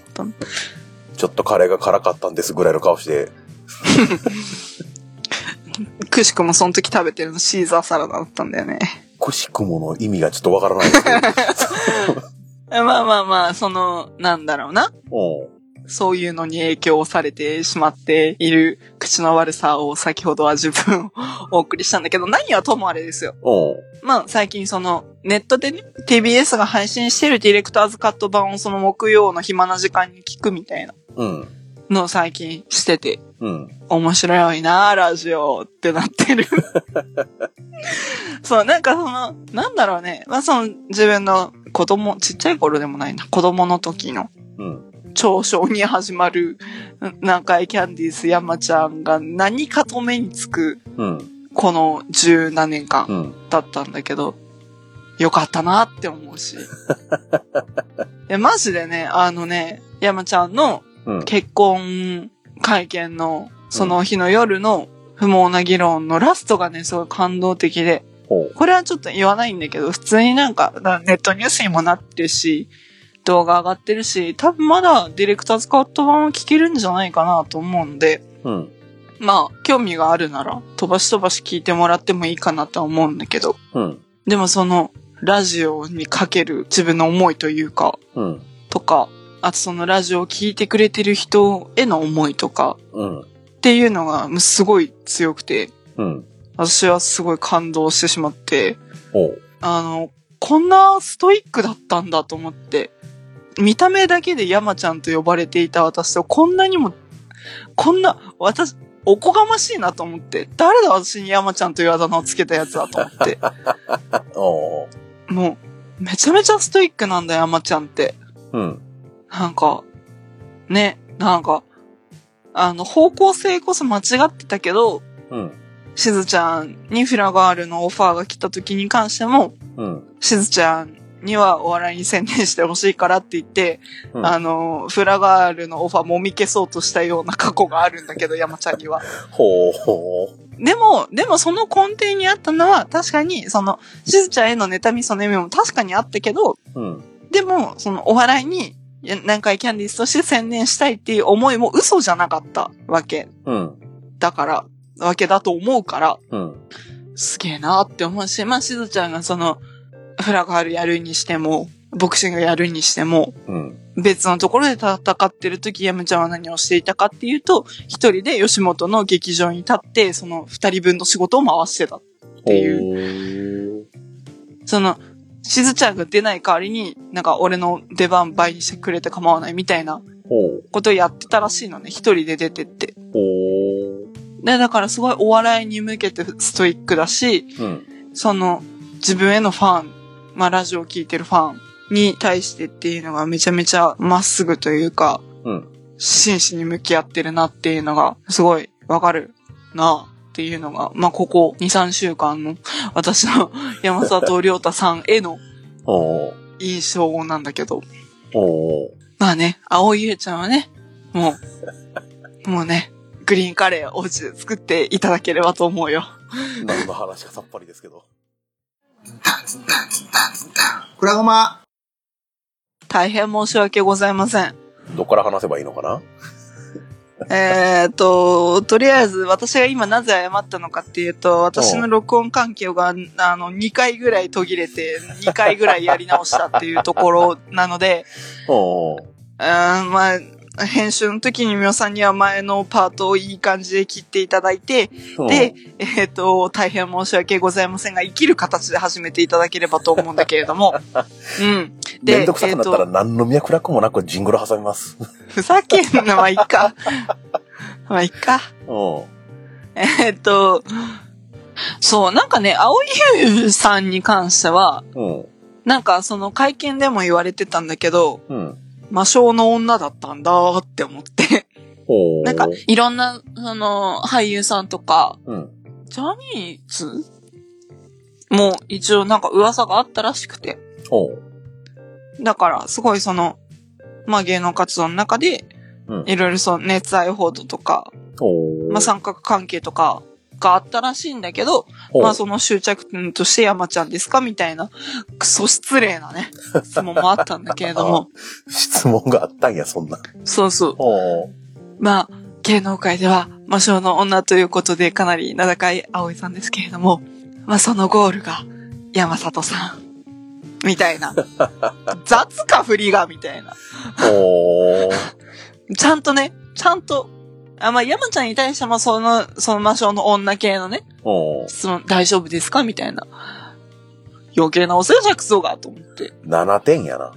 S2: ちょっとカレーが辛かったんですぐらいの顔して、
S1: くしくもその時食べてるのシーザーサラダだったんだよね。
S2: くしくもの意味がちょっとわからないですけ
S1: まあまあまあ、その、なんだろうな。
S2: ど。
S1: そういうのに影響をされてしまっている口の悪さを先ほどは自分をお送りしたんだけど、何はともあれですよ。
S2: うん。うん。
S1: まあ最近そのネットでね、TBS が配信してるディレクターズカット版をその木曜の暇な時間に聞くみたいな
S2: うん。
S1: のを最近してて、
S2: うん。
S1: 面白いなあラジオってなってる。 そう、なんかその、なんだろうね。まあその、自分の子供、ちっちゃい頃でもないな。子供の時の
S2: うん。
S1: 長所に始まる、うん南海キャンディース山ちゃんが何かと目につく、
S2: うん。
S1: この十何年間
S2: うん。
S1: だったんだけど、よかったなって思うし。いや、マジでね、あのね、山ちゃんの
S2: うん。
S1: 結婚会見の、その日の夜の不毛な議論のラストがね、すごい感動的で、
S2: ほう。
S1: これはちょっと言わないんだけど、普通になんか、なネットニュースにもなってるし、動画上がってるし、多分まだディレクターズカット版を聞けるんじゃないかなと思うんで、
S2: うん。
S1: まあ、興味があるなら、飛ばし飛ばし聞いてもらってもいいかなとは思うんだけど、
S2: うん。
S1: でもその、ラジオにかける自分の思いというか、
S2: うん。
S1: とか、あとそのラジオを聴いてくれてる人への思いとか、
S2: うん。
S1: っていうのがもうすごい強くて、
S2: うん。
S1: 私はすごい感動してしまって、
S2: おう。
S1: あの、こんなストイックだったんだと思って、見た目だけで山ちゃんと呼ばれていた私とこんなにも、こんな、私、おこがましいなと思って、誰だ私に山ちゃんというあだ名をつけたやつだと思って、
S2: おう。
S1: もう、めちゃめちゃストイックなんだ山ちゃんって。
S2: うん。
S1: なんか、ね、なんか、あの、方向性こそ間違ってたけど、
S2: うん。
S1: しずちゃんにフラガールのオファーが来た時に関しても、
S2: うん。
S1: しずちゃんにはお笑いに専念してほしいからって言って、
S2: うん
S1: あの、フラガールのオファーもみ消そうとしたような過去があるんだけど、山ちゃんには。
S2: ほうほう。
S1: でも、でもその根底にあったのは、確かに、その、しずちゃんへの妬み、その意味も確かにあったけど、
S2: うん。
S1: でも、そのお笑いに、いや南海キャンディーズとして専念したいっていう思いも嘘じゃなかったわけ
S2: うん。
S1: だから、わけだと思うから、
S2: うん。
S1: すげえなって思うし、まあ、しずちゃんがその、フラガールやるにしても、ボクシングやるにしても、
S2: うん。
S1: 別のところで戦ってる時、ヤムちゃんは何をしていたかっていうと、一人で吉本の劇場に立って、その二人分の仕事を回してた。て
S2: いう。
S1: その、しずちゃんが出ない代わりに、なんか俺の出番倍にしてくれて構わないみたいな
S2: ほう。
S1: ことをやってたらしいのね、一人で出てって。
S2: ほう。
S1: で、だからすごいお笑いに向けてストイックだし、
S2: うん。
S1: その自分へのファン、まあラジオを聴いてるファンに対してっていうのがめちゃめちゃまっすぐというか、
S2: うん。
S1: 真摯に向き合ってるなっていうのがすごいわかるなっていうのが、まあここ2、3週間の私の山里亮太さんへの
S2: ほう。
S1: 印象なんだけど。
S2: ほう。
S1: まあね、青いゆうちゃんはね、もう、もうね、グリーンカレーお家で作っていただければと思うよ。
S2: 何の話かさっぱりですけど。
S3: くらごま。
S1: 大変申し訳ございません。
S2: どっから話せばいいのかな
S1: えーっと、とりあえず私が今なぜ謝ったのかっていうと、私の録音環境が、あの、2回ぐらい途切れて、2回ぐらいやり直したっていうところなので、
S2: ほう。
S1: うーん、まあ、編集の時にみおさんには前のパートをいい感じで切っていただいて、で、えっ、と、大変申し訳ございませんが、生きる形で始めていただければと思うんだけれ ども。うん。
S2: めんどくさくなったら何の脈絡もなくジングル挟みます。
S1: ふざけんな、まあいいか。まあいいか。
S2: うん。
S1: えっ、と、そう、なんかね、青井優さんに関しては、
S2: うん。
S1: なんかその会見でも言われてたんだけど、
S2: うん。
S1: 魔性の女だったんだって思って。
S2: ほう。
S1: なんか、いろんな、その、俳優さんとか、
S2: うん。
S1: ジャニーズもう一応なんか噂があったらしくて。
S2: ほう。
S1: だから、すごいその、まあ芸能活動の中で
S2: うん、
S1: いろいろその熱愛報道とか、
S2: ほう。
S1: まあ三角関係とかがあったらしいんだけど、
S2: ほう
S1: まあその終着点として山ちゃんですかみたいな、クソ失礼 なね、質問もあったんだけれども、
S2: 質問があったんや、そんな。
S1: そうそう。
S2: ほう。
S1: まあ、芸能界では魔性の女ということでかなり名高い葵さんですけれども、まあそのゴールが山里さん。み たいな。雑か振りが、みたいな。
S2: ほう。
S1: ちゃんとね、ちゃんと、あ、まあ、山ちゃんに対してもその、その魔性の女系のね、
S2: ほう。
S1: 質問大丈夫ですかみたいな。余計なお世話じゃクソが、と思って。
S2: 7点やな。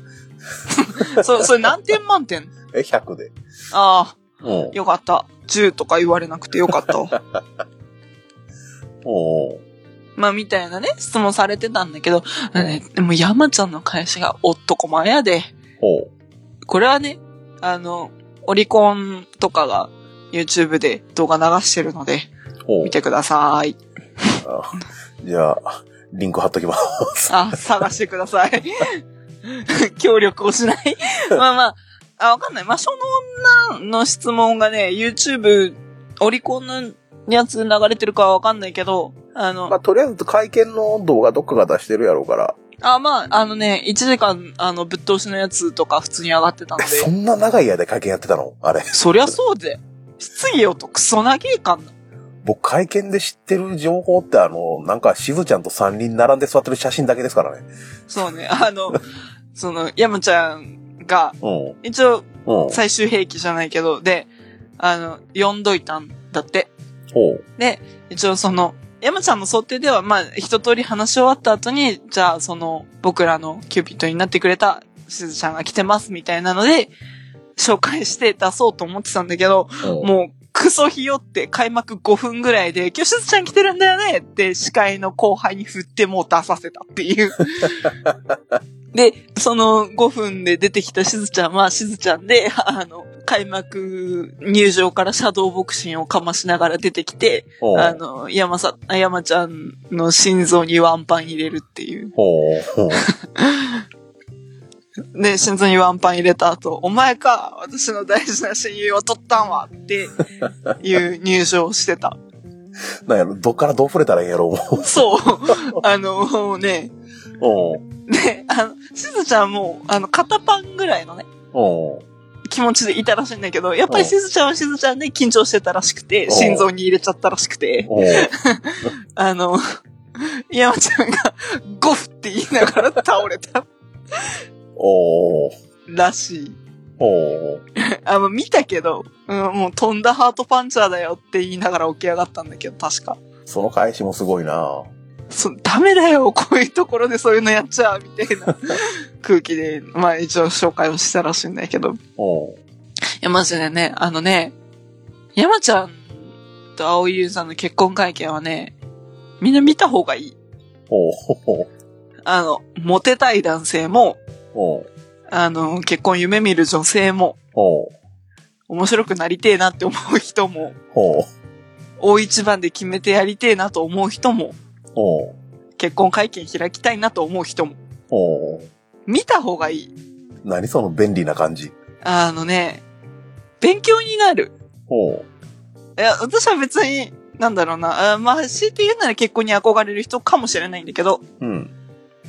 S1: そ、それ何点満点
S2: え、100で。
S1: あ
S2: ほ
S1: あ、よかった。10とか言われなくてよかったわ。
S2: う。ほう。
S1: まあ、みたいなね、質問されてたんだけど、ね、でも山ちゃんの会社が男前やで、
S2: ほう。
S1: これはね、あの、オリコンとかが YouTube で動画流してるので、
S2: ほう
S1: 見。てください。
S2: あじゃあ、リンク貼っときます。
S1: あ、探してください。 協力を しない。まあまあ、あ、わかんない。まあ、その女の質問がね、YouTube、オリコンのやつ流れてるかはわかんないけど、あの、
S2: まあ、とりあえず会見の動画どっかが出してるやろうから。
S1: あ、まあ、あのね、1時間、あの、ぶっ通しのやつとか普通に上がってたの
S2: え
S1: で。
S2: そんな長い間会見やってたのあれ。
S1: そりゃそうで。失業とクソなげえかんな。
S2: 僕会見で知ってる情報ってあの、なんかしずちゃんと三輪並んで座ってる写真だけですからね。
S1: そうね。あ の、その、山ちゃんが、
S2: うん。
S1: 一応
S2: うん。
S1: 最終兵器じゃないけど、で、あの、呼んどいたんだって。
S2: ほう。
S1: で、一応その、山ちゃんの想定では、まあ、一通り話し終わった後に、じゃあ、その、僕らのキューピットになってくれた、しずちゃんが来てます、みたいなので、紹介して出そうと思ってたんだけど、
S2: うん
S1: もう、クソひよって開幕5分ぐらいで、今日しずちゃん来てるんだよねって司会の後輩に振ってもう出させたっていう。で、その5分で出てきたしずちゃんはしずちゃんで、あの、開幕入場からシャドーボクシンをかましながら出てきて、
S2: ほう。
S1: あの、山さ、山ちゃんの心臓にワンパン入れるっていう。
S2: ほう。ほう。
S1: で、心臓にワンパン入れた後、お前か、私の大事な親友を取ったんわっていう入場をしてた。
S2: なんやろ、どっからどう触れたらいいんやろ、も
S1: そう。あの、もうね、
S2: う。うん。
S1: で、あの、しずちゃんも、あの、肩パンぐらいのね、
S2: うん。
S1: 気持ちでいたらしいんだけど、やっぱりしずちゃんはしずちゃんで緊張してたらしくて、
S2: お
S1: 心臓に入れちゃったらしくて、
S2: うん。
S1: あの、山ちゃんがゴフって言いながら倒れた
S2: おー。
S1: らしい。
S2: おー。
S1: あの、見たけど、うん、もう飛んだハートパンチャーだよって言いながら起き上がったんだけど、確か。
S2: その返しもすごいな
S1: そダメだよ、こういうところでそういうのやっちゃう、みたいな空気で、まあ一応紹介をしたらしいんだけど。い
S2: うん。
S1: や、マジでね、あのね、山ちゃんと青井優さんの結婚会見はね、みんな見た方がいい。
S2: おー。
S1: あの、モテたい男性も、
S2: おー。
S1: あの、結婚夢見る女性も、
S2: おー。
S1: 面白くなりてえなって思う人も、
S2: おー。
S1: 大一番で決めてやりてえなと思う人も、
S2: おー。
S1: 結婚会見開きたいなと思う人も、
S2: おー。
S1: 見た方がいい。
S2: 何その便利な感じ。
S1: あのね、勉強になる。
S2: おー。
S1: いや、私は別に、なんだろうな、あまあ、強いて言うなら結婚に憧れる人かもしれないんだけど、
S2: うん。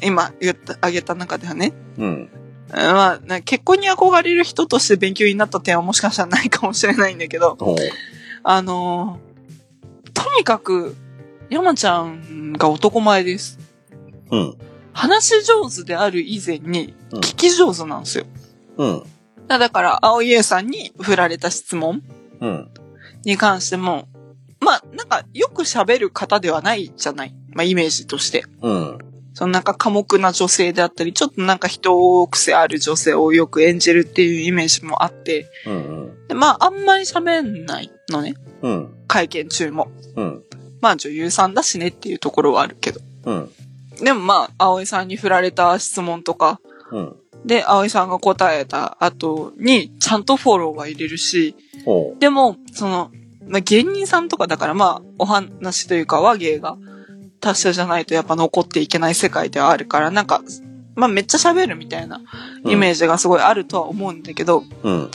S1: 今言った、あげた中ではね。
S2: うん。
S1: うんまあ、な結婚に憧れる人として勉強になった点はもしかしたらないかもしれないんだけど、
S2: おー。
S1: あのーとにかく、山ちゃんが男前です。
S2: うん。
S1: 話し上手である以前に、
S2: うん
S1: 聞き上手なんですよ。
S2: うん。
S1: だだから、青井優さんに振られた質問
S2: うん。
S1: に関しても、まあ、なんか、よく喋る方ではないじゃない。まあ、イメージとして。
S2: うん。
S1: そのなんか、寡黙な女性であったり、ちょっとなんか人癖ある女性をよく演じるっていうイメージもあって、
S2: うん。
S1: でまあ、あんまり喋んないのね。
S2: うん。
S1: 会見中も。
S2: うん。
S1: まあ、女優さんだしねっていうところはあるけど。
S2: うん。
S1: でもまあ、葵さんに振られた質問とか、
S2: うん。
S1: で、葵さんが答えた後に、ちゃんとフォローは入れるし、
S2: おー。
S1: でも、その、まあ、芸人さんとかだから、まあ、お話というか話芸が達者じゃないとやっぱ残っていけない世界ではあるから、なんか、まあ、めっちゃ喋るみたいなイメージがすごいあるとは思うんだけど、
S2: うん。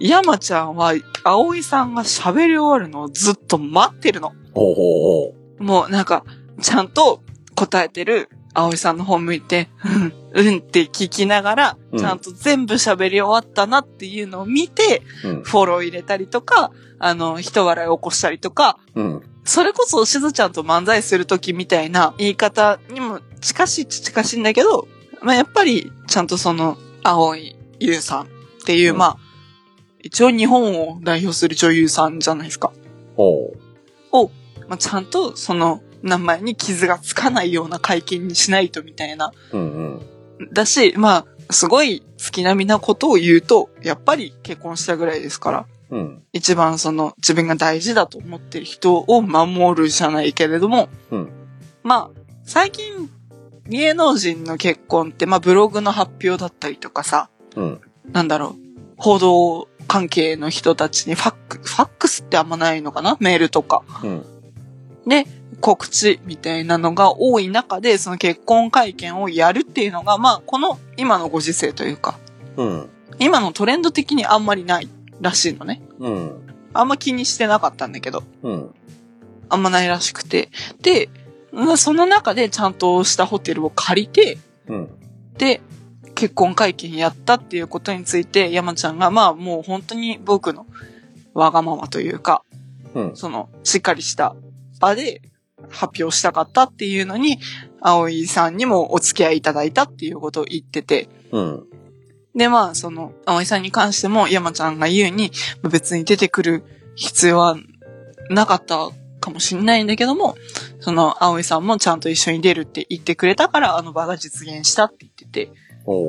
S1: 山ちゃんは、葵さんが喋り終わるのをずっと待ってるの。
S2: おー。おー。
S1: もうなんか、ちゃんと答えてる葵さんの方向いて、 うん、うんって聞きながら、
S2: うん
S1: ちゃんと全部喋り終わったなっていうのを見て、
S2: うん。
S1: フォロー入れたりとか、あの、人笑いを起こしたりとか、
S2: うん。
S1: それこそしずちゃんと漫才するときみたいな言い方にも近しいっちゃ近しいんだけど、まあ、やっぱりちゃんとその、葵優さんっていう、
S2: うん
S1: まあ、一応日本を代表する女優さんじゃないですか。
S2: おー。
S1: まあ、ちゃんとその名前に傷がつかないような会見にしないとみたいな。
S2: うん。うん。
S1: だし、まあ、すごい月並みなことを言うと、やっぱり結婚したぐらいですから、
S2: うん。
S1: 一番その自分が大事だと思ってる人を守るじゃないけれども、
S2: うん
S1: まあ、最近、芸能人の結婚って、まあブログの発表だったりとかさ、
S2: うん。
S1: なんだろう、報道関係の人たちにファック、ファックスってあんまないのかなメールとか。
S2: うん。
S1: で、告知みたいなのが多い中で、その結婚会見をやるっていうのが、まあ、この今のご時世というか、
S2: うん。
S1: 今のトレンド的にあんまりないらしいのね。
S2: うん。
S1: あんま気にしてなかったんだけど、
S2: うん。
S1: あんまないらしくて。で、まあその中でちゃんとしたホテルを借りて、
S2: うん。
S1: で、結婚会見やったっていうことについて、山ちゃんが、まあもう本当に僕のわがままというか、
S2: うん。
S1: その、しっかりした場で発表したかったっていうのに、葵さんにもお付き合いいただいたっていうことを言ってて、
S2: うん。
S1: で、まあ、その、葵さんに関しても、山ちゃんが言うに、別に出てくる必要はなかったかもしれないんだけども、その、葵さんもちゃんと一緒に出るって言ってくれたから、あの場が実現したって言ってて、
S2: おー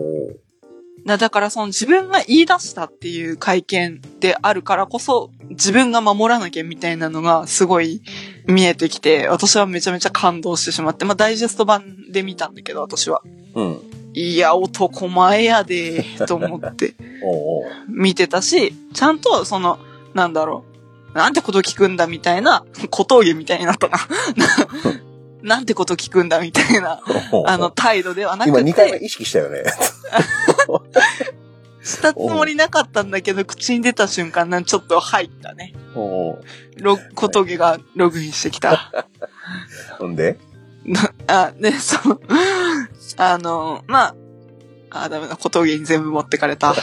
S1: なだからその自分が言い出したっていう会見であるからこそ自分が守らなきゃみたいなのがすごい見えてきて私はめちゃめちゃ感動してしまってまあダイジェスト版で見たんだけど私は
S2: うん。
S1: いや男前やでと思って
S2: おーおー
S1: 見てたしちゃんとそのなんだろうなんてこと聞くんだみたいな小峠みたいにな ったななんてこと聞くんだみたいな
S2: おー
S1: あの、態度ではなく
S2: 今
S1: て
S2: 2回目意識したよね。
S1: したつもりなかったんだけど、口に出た瞬間、なんかちょっと入ったね。
S2: おー
S1: ロ小峠がログインしてきた。
S2: ほんで
S1: あ、で、その、あの、まあ、あ、ダメだ、小峠に全部持ってか れた。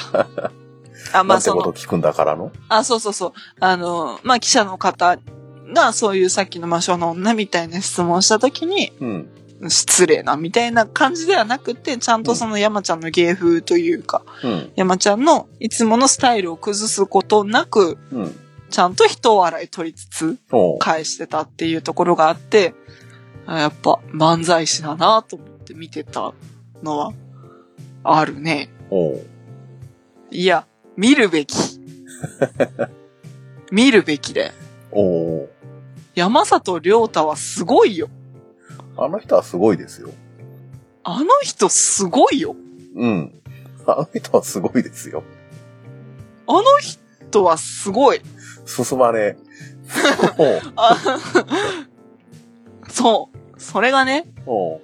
S1: あ、
S2: な
S1: まあ、
S2: んて
S1: そ
S2: こと
S1: の、
S2: 聞くんだからの
S1: あ、そうそうそう。あの、まあ、記者の方が、そういうさっきの魔性の女みたいな質問したときに、
S2: うん。
S1: 失礼な、みたいな感じではなくて、ちゃんとその山ちゃんの芸風というか、
S2: うん。
S1: 山ちゃんのいつものスタイルを崩すことなく、
S2: うん。
S1: ちゃんと人を笑い取りつつ
S2: おー
S1: 返してたっていうところがあって、あやっぱ漫才師だなと思って見てたのはあるね。
S2: おー
S1: いや、見るべき。見るべきで。
S2: おー
S1: 山里亮太はすごいよ。
S2: あの人はすごいですよ。
S1: あの人すごいよ。
S2: うん。あの人はすごいですよ。
S1: あの人はすごい。
S2: 進ま ねえ。
S1: あ そう。それがね、
S2: おう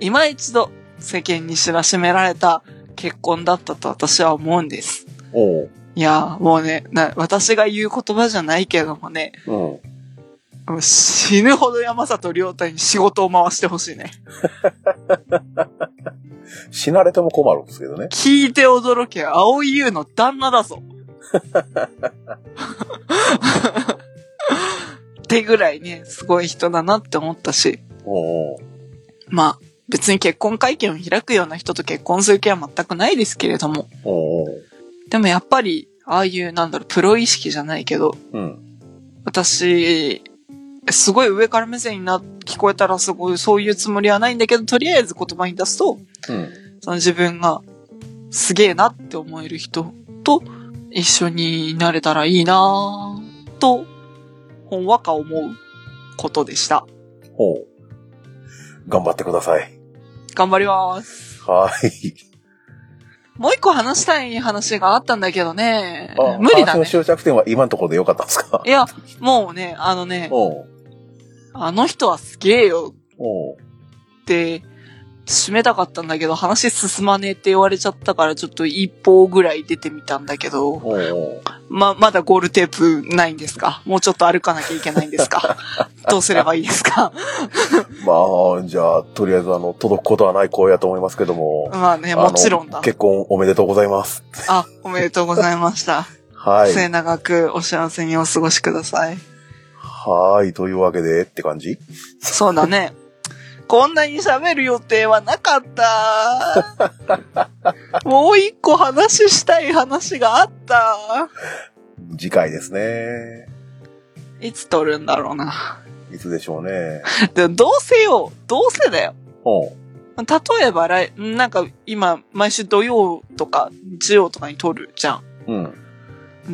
S1: 今一度世間に知らしめられた結婚だったと私は思うんです。
S2: おう
S1: いやー、もうねな、私が言う言葉じゃないけどもね、
S2: おう
S1: もう死ぬほど山里亮太に仕事を回してほしいね。
S2: うん。死なれても困るんですけどね。
S1: 聞いて驚け、青井優の旦那だぞ。ってぐらいね、すごい人だなって思ったし、
S2: おう
S1: まあ、別に結婚会見を開くような人と結婚する気は全くないですけれども、
S2: おうおう
S1: でもやっぱり、ああいう、なんだろう、プロ意識じゃないけど、
S2: うん。
S1: 私、すごい上から目線にな、聞こえたらすごい、そういうつもりはないんだけど、とりあえず言葉に出すと、
S2: うん。
S1: その自分がすげえなって思える人と一緒になれたらいいなぁと、ほんわか思うことでした。
S2: おう頑張ってください。
S1: 頑張ります。
S2: はーい。
S1: もう一個話したい話があったんだけどね
S2: あ。
S1: 無理だ
S2: 話の終
S1: ね。
S2: 着点は今のところでよかったんですか
S1: いや、もうね、あのね、
S2: おう
S1: あの人はすげえよ
S2: おう
S1: って、締めたかったんだけど、話進まねえって言われちゃったから、ちょっと一歩ぐらい出てみたんだけど、
S2: おうおう
S1: ま、まだゴールテープないんですかもうちょっと歩かなきゃいけないんで すかどうすればいいですか
S2: まあ、じゃあ、とりあえず、あの、届くことはない声やと思いますけども。
S1: まあね、
S2: あの
S1: もちろんだ。
S2: 結婚おめでとうございます。
S1: あ、おめでとうございました。
S2: はい。
S1: 末永くお幸せにお過ごしください。
S2: はーい、というわけで、って感じ
S1: そうだね。こんなに喋る予定はな かった。もう一個話したい話があった。
S2: 次回ですね。
S1: いつ撮るんだろうな。
S2: いつでしょうね。
S1: でもどうせよ、どうせだよ。
S2: おう
S1: 例えば来、なんか今、毎週土曜とか日曜とかに撮るじゃ
S2: うん。
S1: ん。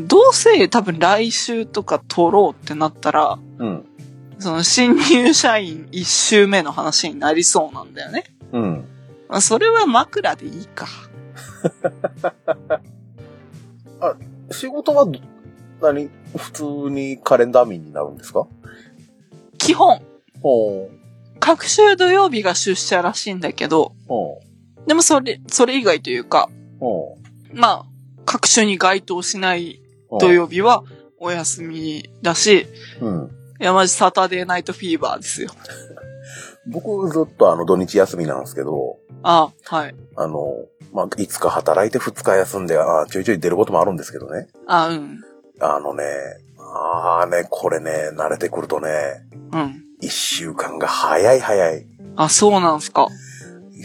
S1: どうせ多分来週とか撮ろうってなったら、
S2: うん。
S1: その新入社員一周目の話になりそうなんだよね。
S2: うん。
S1: まあそれは枕でいいか。
S2: 仕事は、何普通にカレンダー民になるんですか
S1: 基本、
S2: おう
S1: 各週土曜日が出社らしいんだけど、
S2: おう
S1: でもそれ、それ以外というか、
S2: おう
S1: まあ、各週に該当しない
S2: おう
S1: 土曜日はお休みだし、
S2: うん。
S1: 山地サタデーナイトフィーバーですよ。
S2: 僕、ずっとあの、土日休みなんですけど、
S1: あはい。
S2: あの、まあ、5日働いて2日休んで、あちょいちょい出ることもあるんですけどね。
S1: あうん。
S2: あのね、ああね、これね、慣れてくるとね、
S1: うん。
S2: 一週間が早い早い。
S1: あ、そうなんすか。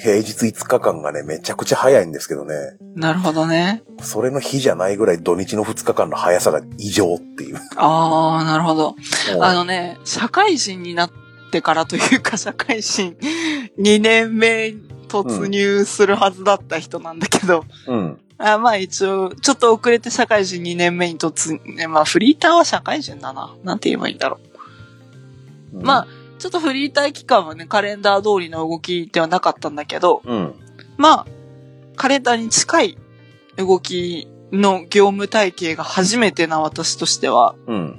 S2: 平日5日間がね、めちゃくちゃ早いんですけどね、
S1: なるほどね。
S2: それの日じゃないぐらい土日の2日間の速さが異常っていう。
S1: ああ、なるほど。
S2: もう
S1: あのね、社会人になってからというか、社 会人2年目突入するはずだった人なんだけど、
S2: うん。
S1: あまあ一応、ちょっと遅れて社会人2年目に突入、まあフリーターは社会人だな。なんて言えばいいんだろう。まあ、ちょっとフリーター期間はね、カレンダー通りの動きではなかったんだけど、
S2: うん。
S1: まあ、カレンダーに近い動きの業務体系が初めてな私としては、
S2: うん。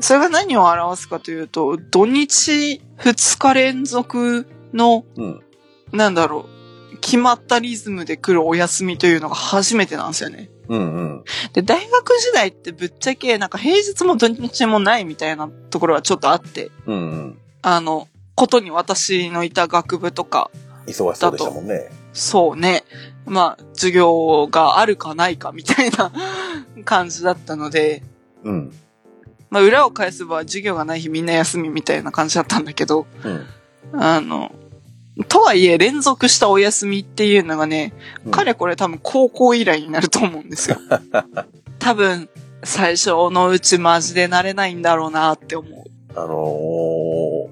S1: それが何を表すかというと、土日2日連続の、
S2: うん。
S1: なんだろう、決まったリズムで来るお休みというのが初めてなんですよね。
S2: うん。うん。
S1: で、大学時代ってぶっちゃけ、なんか平日も土日もないみたいなところはちょっとあって、
S2: うん。うん。
S1: あの、ことに私のいた学部とか、
S2: 忙しそうでしたもんね。
S1: そうね。まあ、授業があるかないかみたいな感じだったので、
S2: うん。
S1: まあ、裏を返せば授業がない日みんな休みみたいな感じだったんだけど、
S2: うん。
S1: あの、とはいえ連続したお休みっていうのがね、
S2: うん
S1: かれこれ多分高校以来になると思うんで すよ。多分、最初のうちマジで慣れないんだろうなって思う。
S2: あのー、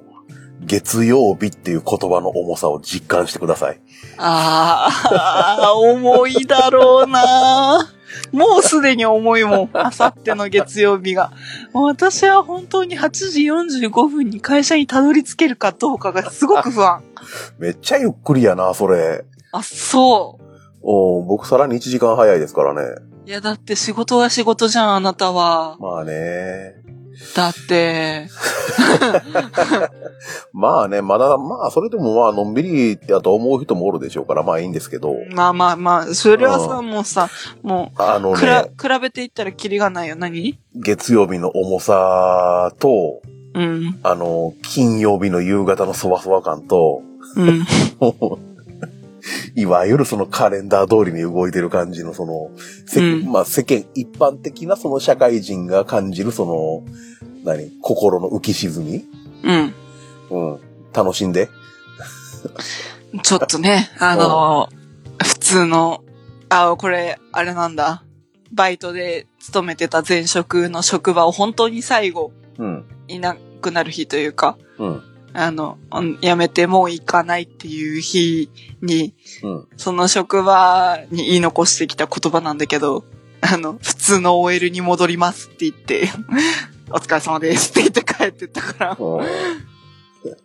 S2: 月曜日っていう言葉の重さを実感してください。
S1: ああ、重いだろうな。もうすでに重いもん。あさっての月曜日が。私は本当に8時45分に会社にたどり着けるかどうかがすごく不安。
S2: めっちゃゆっくりやな、それ。
S1: あ、そ
S2: おー僕さらに1時間早いですからね。
S1: う。いや、だって仕事は仕事じゃん、あなたは。
S2: まあね。
S1: だって、
S2: まあね、まだ、まあ、それでもまあ、のんびりやと思う人もおるでしょうから、まあいいんですけど。
S1: まあまあまあ、それはさ、
S2: う
S1: もうさ、も
S2: あの
S1: う、くら、
S2: ね
S1: 比、べていったらキリがないよ。何
S2: 月曜日の重さと、
S1: うん、
S2: あの、金曜日の夕方のそわそわ感と、
S1: うん。
S2: もういわゆるそのカレンダー通りに動いてる感じの、その、せ
S1: うん
S2: まあ世間一般的なその社会人が感じるその、何心の浮き沈み
S1: うん。
S2: うん。楽しんで。
S1: ちょっとね、あの普通の、あ、これ、あれなんだ。バイトで勤めてた前職の職場を本当に最後、
S2: うん。
S1: いなくなる日というか、
S2: うん。
S1: あの、うん辞めてもう行かないっていう日に、
S2: うん。
S1: その職場に言い残してきた言葉なんだけど、あの、普通の OL に戻りますって言って、 お疲れ様ですって言って帰ってったから、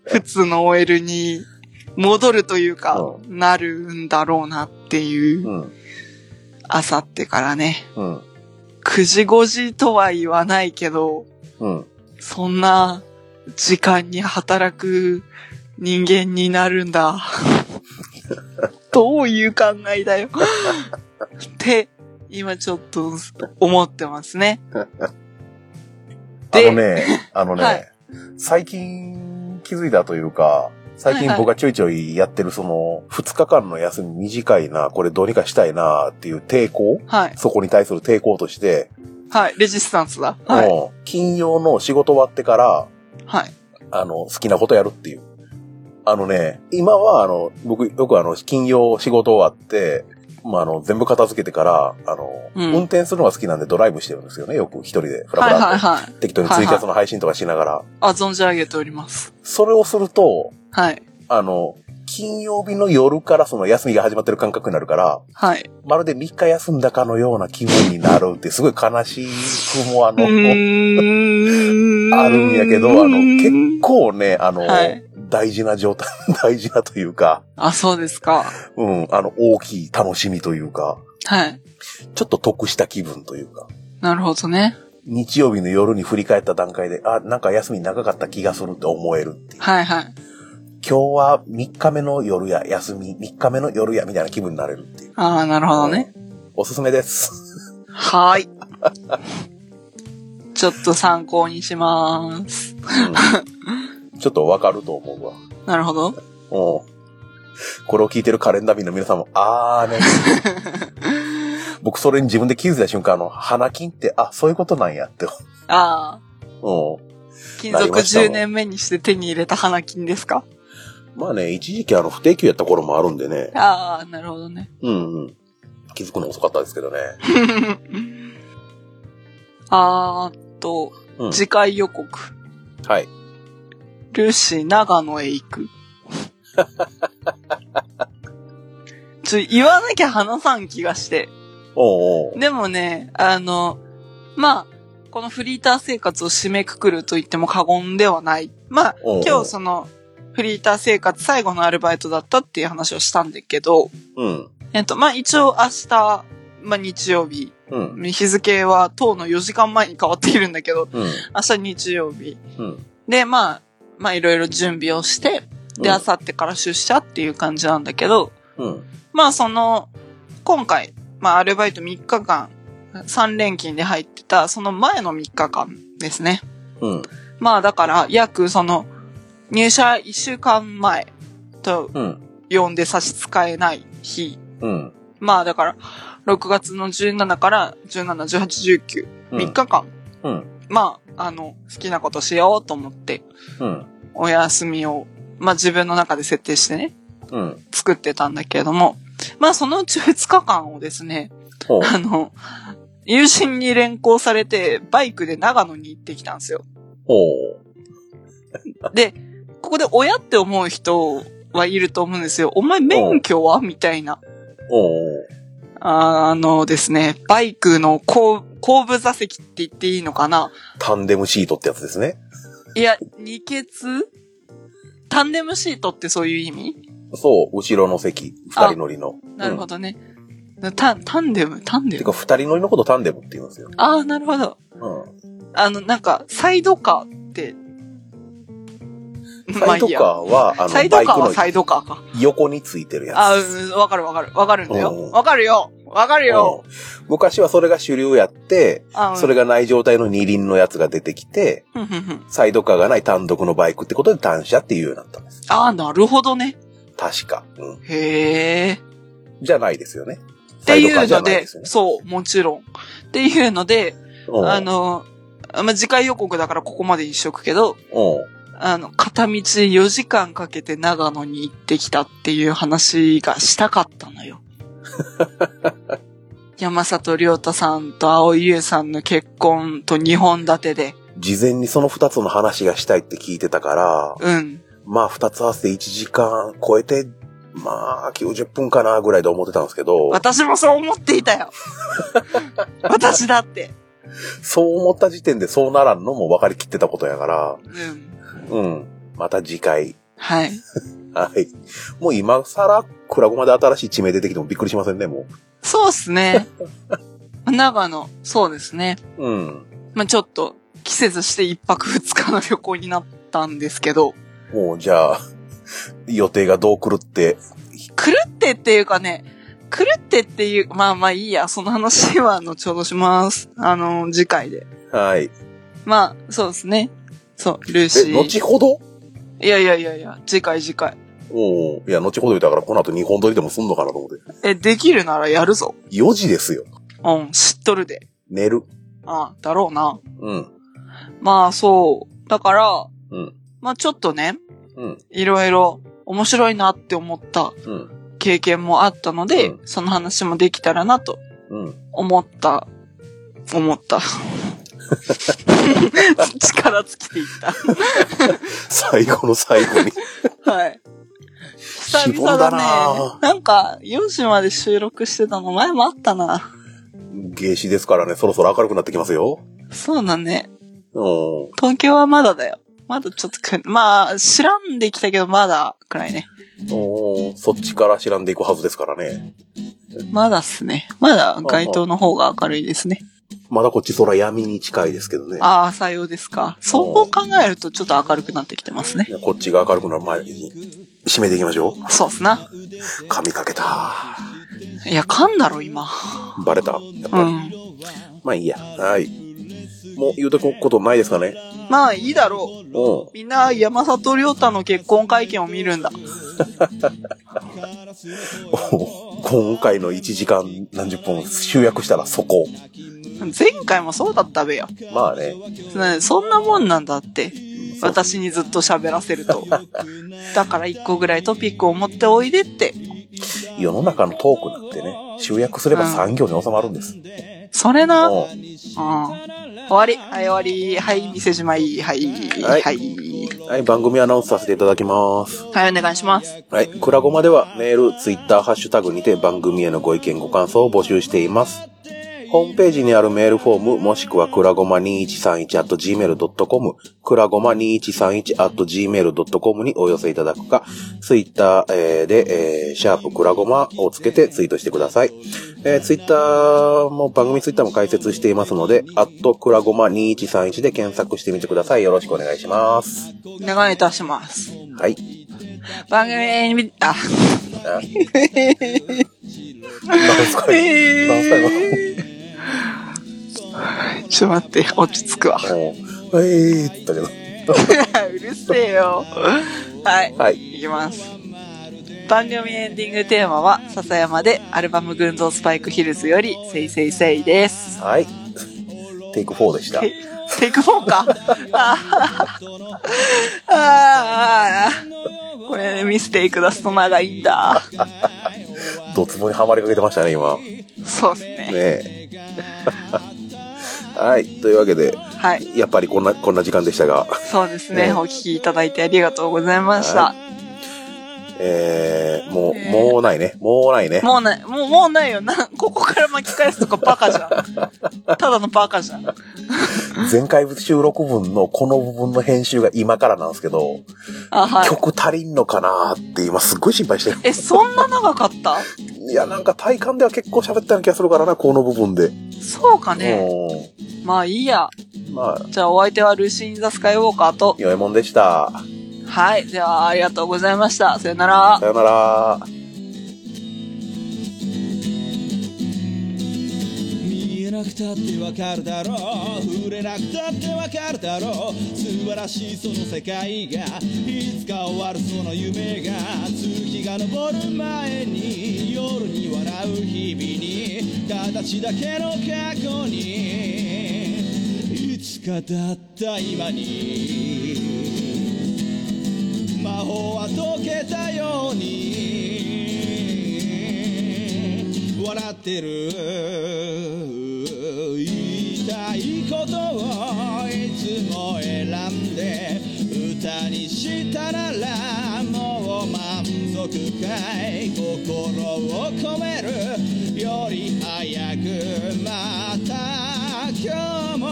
S1: 普通の OL に戻るというか、なるんだろうなっていうう、
S2: ん。
S1: あさってからね、
S2: うん。
S1: 9時5時とは言わないけど、
S2: うん。
S1: そんな時間に働く人間になるんだ。 どういう考えだよ。 って、今ちょっと思ってますね。
S2: あ
S1: で
S2: のね、あのね、
S1: はい
S2: 最近気づいたというか、最
S1: はいは
S2: 近
S1: い
S2: 僕がちょいちょいやってるその、2日間の休み短いな、これどうにかしたいなっていう抵抗
S1: はい。
S2: そこに対する抵抗として、
S1: はい。レジスタンスだ。はい。
S2: もう金曜の仕事終わってから、
S1: はい。
S2: あの、好きなことやるっていう。あのね、今はあの、僕よくあの、金曜仕事終わって、まあ、あの、全部片付けてから、あの、
S1: うん
S2: 運転するのが好きなんでドライブしてるんですよね、よく一人で、フラ
S1: は
S2: フ
S1: いは
S2: ラ
S1: い
S2: って。
S1: はい。
S2: 適当にツイキャスの配信とかしながら。
S1: あ、存じ上げております。
S2: それをすると、
S1: はい。
S2: あの、金曜日の夜からその休みが始まってる感覚になるから、
S1: はい。
S2: まるで3日休んだかのような気分になるって、すごい悲しくもあの、
S1: ー
S2: あるんやけど、あの、結構ね、あの、
S1: はい
S2: 大事な状態、 大事なというか、
S1: あ、そうですか。
S2: うん、あの、大きい楽しみというか、
S1: はい。
S2: ちょっと得した気分というか、
S1: なるほどね。
S2: 日曜日の夜に振り返った段階で、あ、なんか休み長かった気がするって思えるっていう。
S1: はいはい。
S2: 今日は3日目の夜や、休み、3日目の夜や、みたいな気分になれるっていう。
S1: ああ、なるほどね。
S2: おすすめです。
S1: はーい。ちょっと参考にしまーす。
S2: ちょっとわかると思うわ。
S1: なるほど。
S2: うん。これを聞いてるカレンダー民の皆さんも、あーね。僕それに自分で気づいた瞬間、あの、花金って、あ、そういうことなんやって。
S1: ああ。
S2: うん。
S1: 金
S2: なり
S1: 属
S2: ましたわ
S1: 10年目にして手に入れた花金ですか
S2: まあね、一時期あの、不定休やった頃もあるんでね。
S1: ああ、なるほどね。
S2: うんうん。気づくの遅かったですけどね。
S1: あーと、
S2: うん。
S1: 次回予告。
S2: はい。
S1: ルーシー、長野へ行く。ちょ、言わなきゃ話さん気がして。
S2: おうおう。
S1: でもね、あの、まあ、このフリーター生活を締めくくると言っても過言ではない。まあ、
S2: おうおう
S1: 今日その、フリーター生活最後のアルバイトだったっていう話をしたんだけど、
S2: うん。
S1: えっと、まあ一応明日、まあ日曜日、
S2: うん。
S1: 日付は当の4時間前に変わっているんだけど、
S2: うん。
S1: 明日日曜日。
S2: うん。
S1: で、まあ、まあいろいろ準備をして、で、
S2: うん
S1: 明後日から出社っていう感じなんだけど、
S2: うん。
S1: まあその、今回、まあアルバイト3日間、3連勤で入ってた、その前の3日間ですね。
S2: うん。
S1: まあだから、約その、入社1週間前と
S2: うん。
S1: 呼んで差し支えない日。
S2: うん。
S1: まあだから、6月の17から17、18、19、
S2: うん
S1: 3日間。
S2: うん
S1: まあ、あの、好きなことしようと思って、
S2: うん。
S1: お休みを、まあ自分の中で設定してね、
S2: うん。
S1: 作ってたんだけれども、まあそのうち2日間をですね、
S2: ほう。
S1: あの、友人に連行されて、バイクで長野に行ってきたんですよ。
S2: ほう。
S1: で、ここで親って思う人はいると思うんですよ。お前免許はみたいな。
S2: ほう。
S1: あのですね、バイクの後後部座席って言っていいのかな
S2: タンデムシートってやつですね。
S1: いや、二欠タンデムシートってそういう意味
S2: そう、後ろの席、二人乗りの。
S1: なるほ
S2: ど。
S1: どね。タン、タンデムタンデ
S2: て
S1: ム
S2: か、二人乗りのことタンデムって言うんですよ。
S1: ああ、なるほど。
S2: う
S1: あの、なんか、サイドカーって。
S2: ん。サイドカー
S1: ま
S2: は、
S1: あ
S2: あ
S1: いいやサイ
S2: の、バ
S1: ド
S2: イ
S1: カーは
S2: ク
S1: サ
S2: の
S1: イドカーか。
S2: 横についてるやつ。
S1: あーうんわかるわかる。わかるんだ
S2: うん
S1: よ。わかるよわかるよ
S2: うん昔はそれが主流やって、
S1: あ
S2: それ
S1: が。
S2: がない状態の二輪のやつが出てきて、
S1: ふんふんふん
S2: サイドカーがない単独のバイクってことで単車っていうようになったんです。
S1: ああ、なるほどね。
S2: 確か。うん。
S1: へえ。
S2: じゃないですよね。
S1: っ
S2: サ
S1: て
S2: イド
S1: い
S2: カー
S1: う
S2: じゃ
S1: の
S2: ない
S1: で、
S2: ですよね。
S1: そう、もちろん。っていうので、
S2: うん
S1: あ、の、まあ、次回予告だからここまでにしとくけど、
S2: う
S1: あの、片道4時間かけて長野に行ってきたっていう話がしたかった のよ。山里亮太さんと青井優さんの結婚と2本立てで、
S2: ん。事前にその二つの話がしたいって聞いてたから、
S1: うん。
S2: まあ、二つ合わせて1時間超えて、まあ、90分かな、ぐらいで思ってたんですけど、
S1: 私もそう思ってい たよ。私だって。
S2: そう思った時点でそうならんのも分かりきってたことやから、
S1: うん。
S2: うん。また次回。
S1: はい。
S2: はい。もう今更、クラゴマで新しい地名出てきてもびっくりしませんね、も
S1: そうっすね。長野、そうですね。
S2: う。うん。
S1: まあ、ちょっと、季節して一泊二日の旅行になったんですけど、
S2: もう、じゃあ、予定がどう狂って、
S1: 狂ってっていうかね、狂ってっていう、まあまあいいや、その話は後ほどします。あの、次回で。
S2: はい。
S1: まあ、そうですね。そう、ルーシ
S2: え、
S1: ー。
S2: 後ほど
S1: いやいやいやいや、次回次回。
S2: おいや、後ほど言うたから、この後日本撮りでもすんのかなと思って。
S1: え、できるならやるぞ。
S2: 4時ですよ。
S1: うん、知っとるで。
S2: 寝る。
S1: ああ、だろうな。
S2: うん。
S1: まあそう。だから、
S2: うん。
S1: まあちょっとね、
S2: うん。
S1: いろいろ面白いなって思った
S2: うん。
S1: 経験もあったので、
S2: う
S1: その話もできたらなと
S2: うん。
S1: 思った、思った。力尽きていっ
S2: 最後の最後に。
S1: た。はい。久
S2: 希望
S1: 々
S2: だな
S1: だね。なんか、4時まで収録してたの前もあったな。
S2: 夏至ですからね、そろそろ明るくなってきますよ。
S1: そうだね。
S2: うん。
S1: 東京はまだだよ。まだちょっとく、まあ、知らんできたけど、まだくらいね。
S2: うんそっちから知らんでいくはずですからね。
S1: まだっすね。まだ街灯の方が明るいですね。
S2: まだこっち空闇に近いですけどね。
S1: ああ、さようですか。そう考えるとちょっと明るくなってきてますね。
S2: こっちが明るくなる前に、締めていきましょ
S1: そうっすな。
S2: う。噛みかけた。
S1: いや、噛んだろ、今。
S2: バレたやっ
S1: う
S2: ぱり。
S1: ん。
S2: まあいいや。はい。もう言うとくことないですかね。
S1: まあ、いいだろ
S2: う
S1: う。
S2: ん。
S1: みんな山里亮太の結婚会見を見るんだ。
S2: 今回の1時間何十分集約したらそこ。
S1: 前回もそうだったべよ。
S2: まあね。
S1: ねそんなもんなんだって。私にずっと喋らせる と。だから一個ぐらいトピックを持っておいでって。
S2: 世の中のトークなんてね、集約すれば
S1: うん
S2: 産業に収まるんです。
S1: それな。うん。
S2: も
S1: 終わり。はい、終わり。はい、店じまい。はい。
S2: はい
S1: はい。
S2: うはい、番組アナウンスさせていただきます。
S1: はい、お願いします。
S2: はい、くらごまではメール、ツイッター、ハッシュタグにて番組へのご意見、ご感想を募集しています。ホームページにあるメールフォーム、もしくはくらごま 2131-gmail.com、くらごま 2131-gmail.com にお寄せいただくか、ツイッターえーで、えーシャープくらごまをつけてツイートしてください。えーツイッターも、番組ツイッターも解説していますので、アットくらごま2131で検索してみてください。よろしくお願いします。
S1: お願いいたします。
S2: はい。
S1: 番組に、あ、
S2: あ何すかい何すかい
S1: ちょっと待って、落ち着くわ。
S2: もう、えーって言ったけど。
S1: うるせえよ。はい。
S2: はい。
S1: いきます。番組エンディングテーマは、笹山でアルバム群像スパイクヒルズより、せいせいせいです。
S2: はい。テイク4でした。
S1: テイテイク4か。あーあーこれね、ミステイク出すと長いんだ。
S2: ドツボにはまりかけてましたね、今。ね
S1: そうですね。
S2: え。はい。というわけで、
S1: はい。
S2: やっぱりこんな、こんな時間でしたが、
S1: そうですね。
S2: ね
S1: お聞きいただいてありがとうございました。
S2: えー、もう、もうないね。もうないね。
S1: もうない、もう、もうない よ。な、ここから巻き返すとかバカじゃん。ただのバカじゃん。
S2: 前回収録分のこの部分の編集が今からなんですけど、
S1: あ、はい。
S2: 曲足りんのかなーって今すっごい心配してる。
S1: え、そんな長かった
S2: いや、なんか体感では結構喋ったような気がするからな、この部分で。
S1: そうかね。
S2: う
S1: まあいいや。
S2: ん。まあ、
S1: じゃあお相手はルーシー・イン・ザ・スカイウォーカーと。
S2: よえもんでした。
S1: はい。ではありがとうございました。さよなら。
S2: さよなら。
S4: 見えなくたってわかるだろう触れなくたってわかるだろう素晴らしいその世界がいつか終わるその夢が月が昇る前に夜に笑う日々に形だけの過去にいつかだった今に魔法は解けたように笑ってる言いたいことをいつも選んで歌にしたならもう満足かい心を込めるより早くまた今日も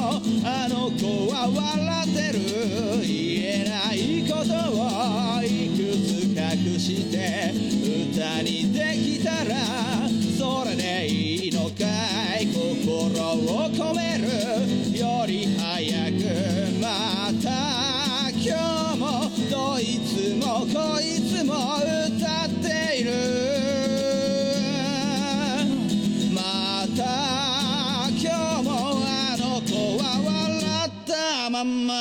S4: あの子は笑ってる言えないことをいくつ隠して歌にできたらそれでいいのかい心を込めるより早くまた今日もどいつもこいつも歌っているまた今日もあの子は笑ったまんま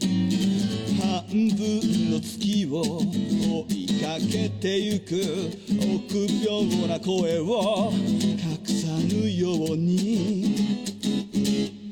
S4: 半分の月を追いかけてゆく臆病な声を隠さぬように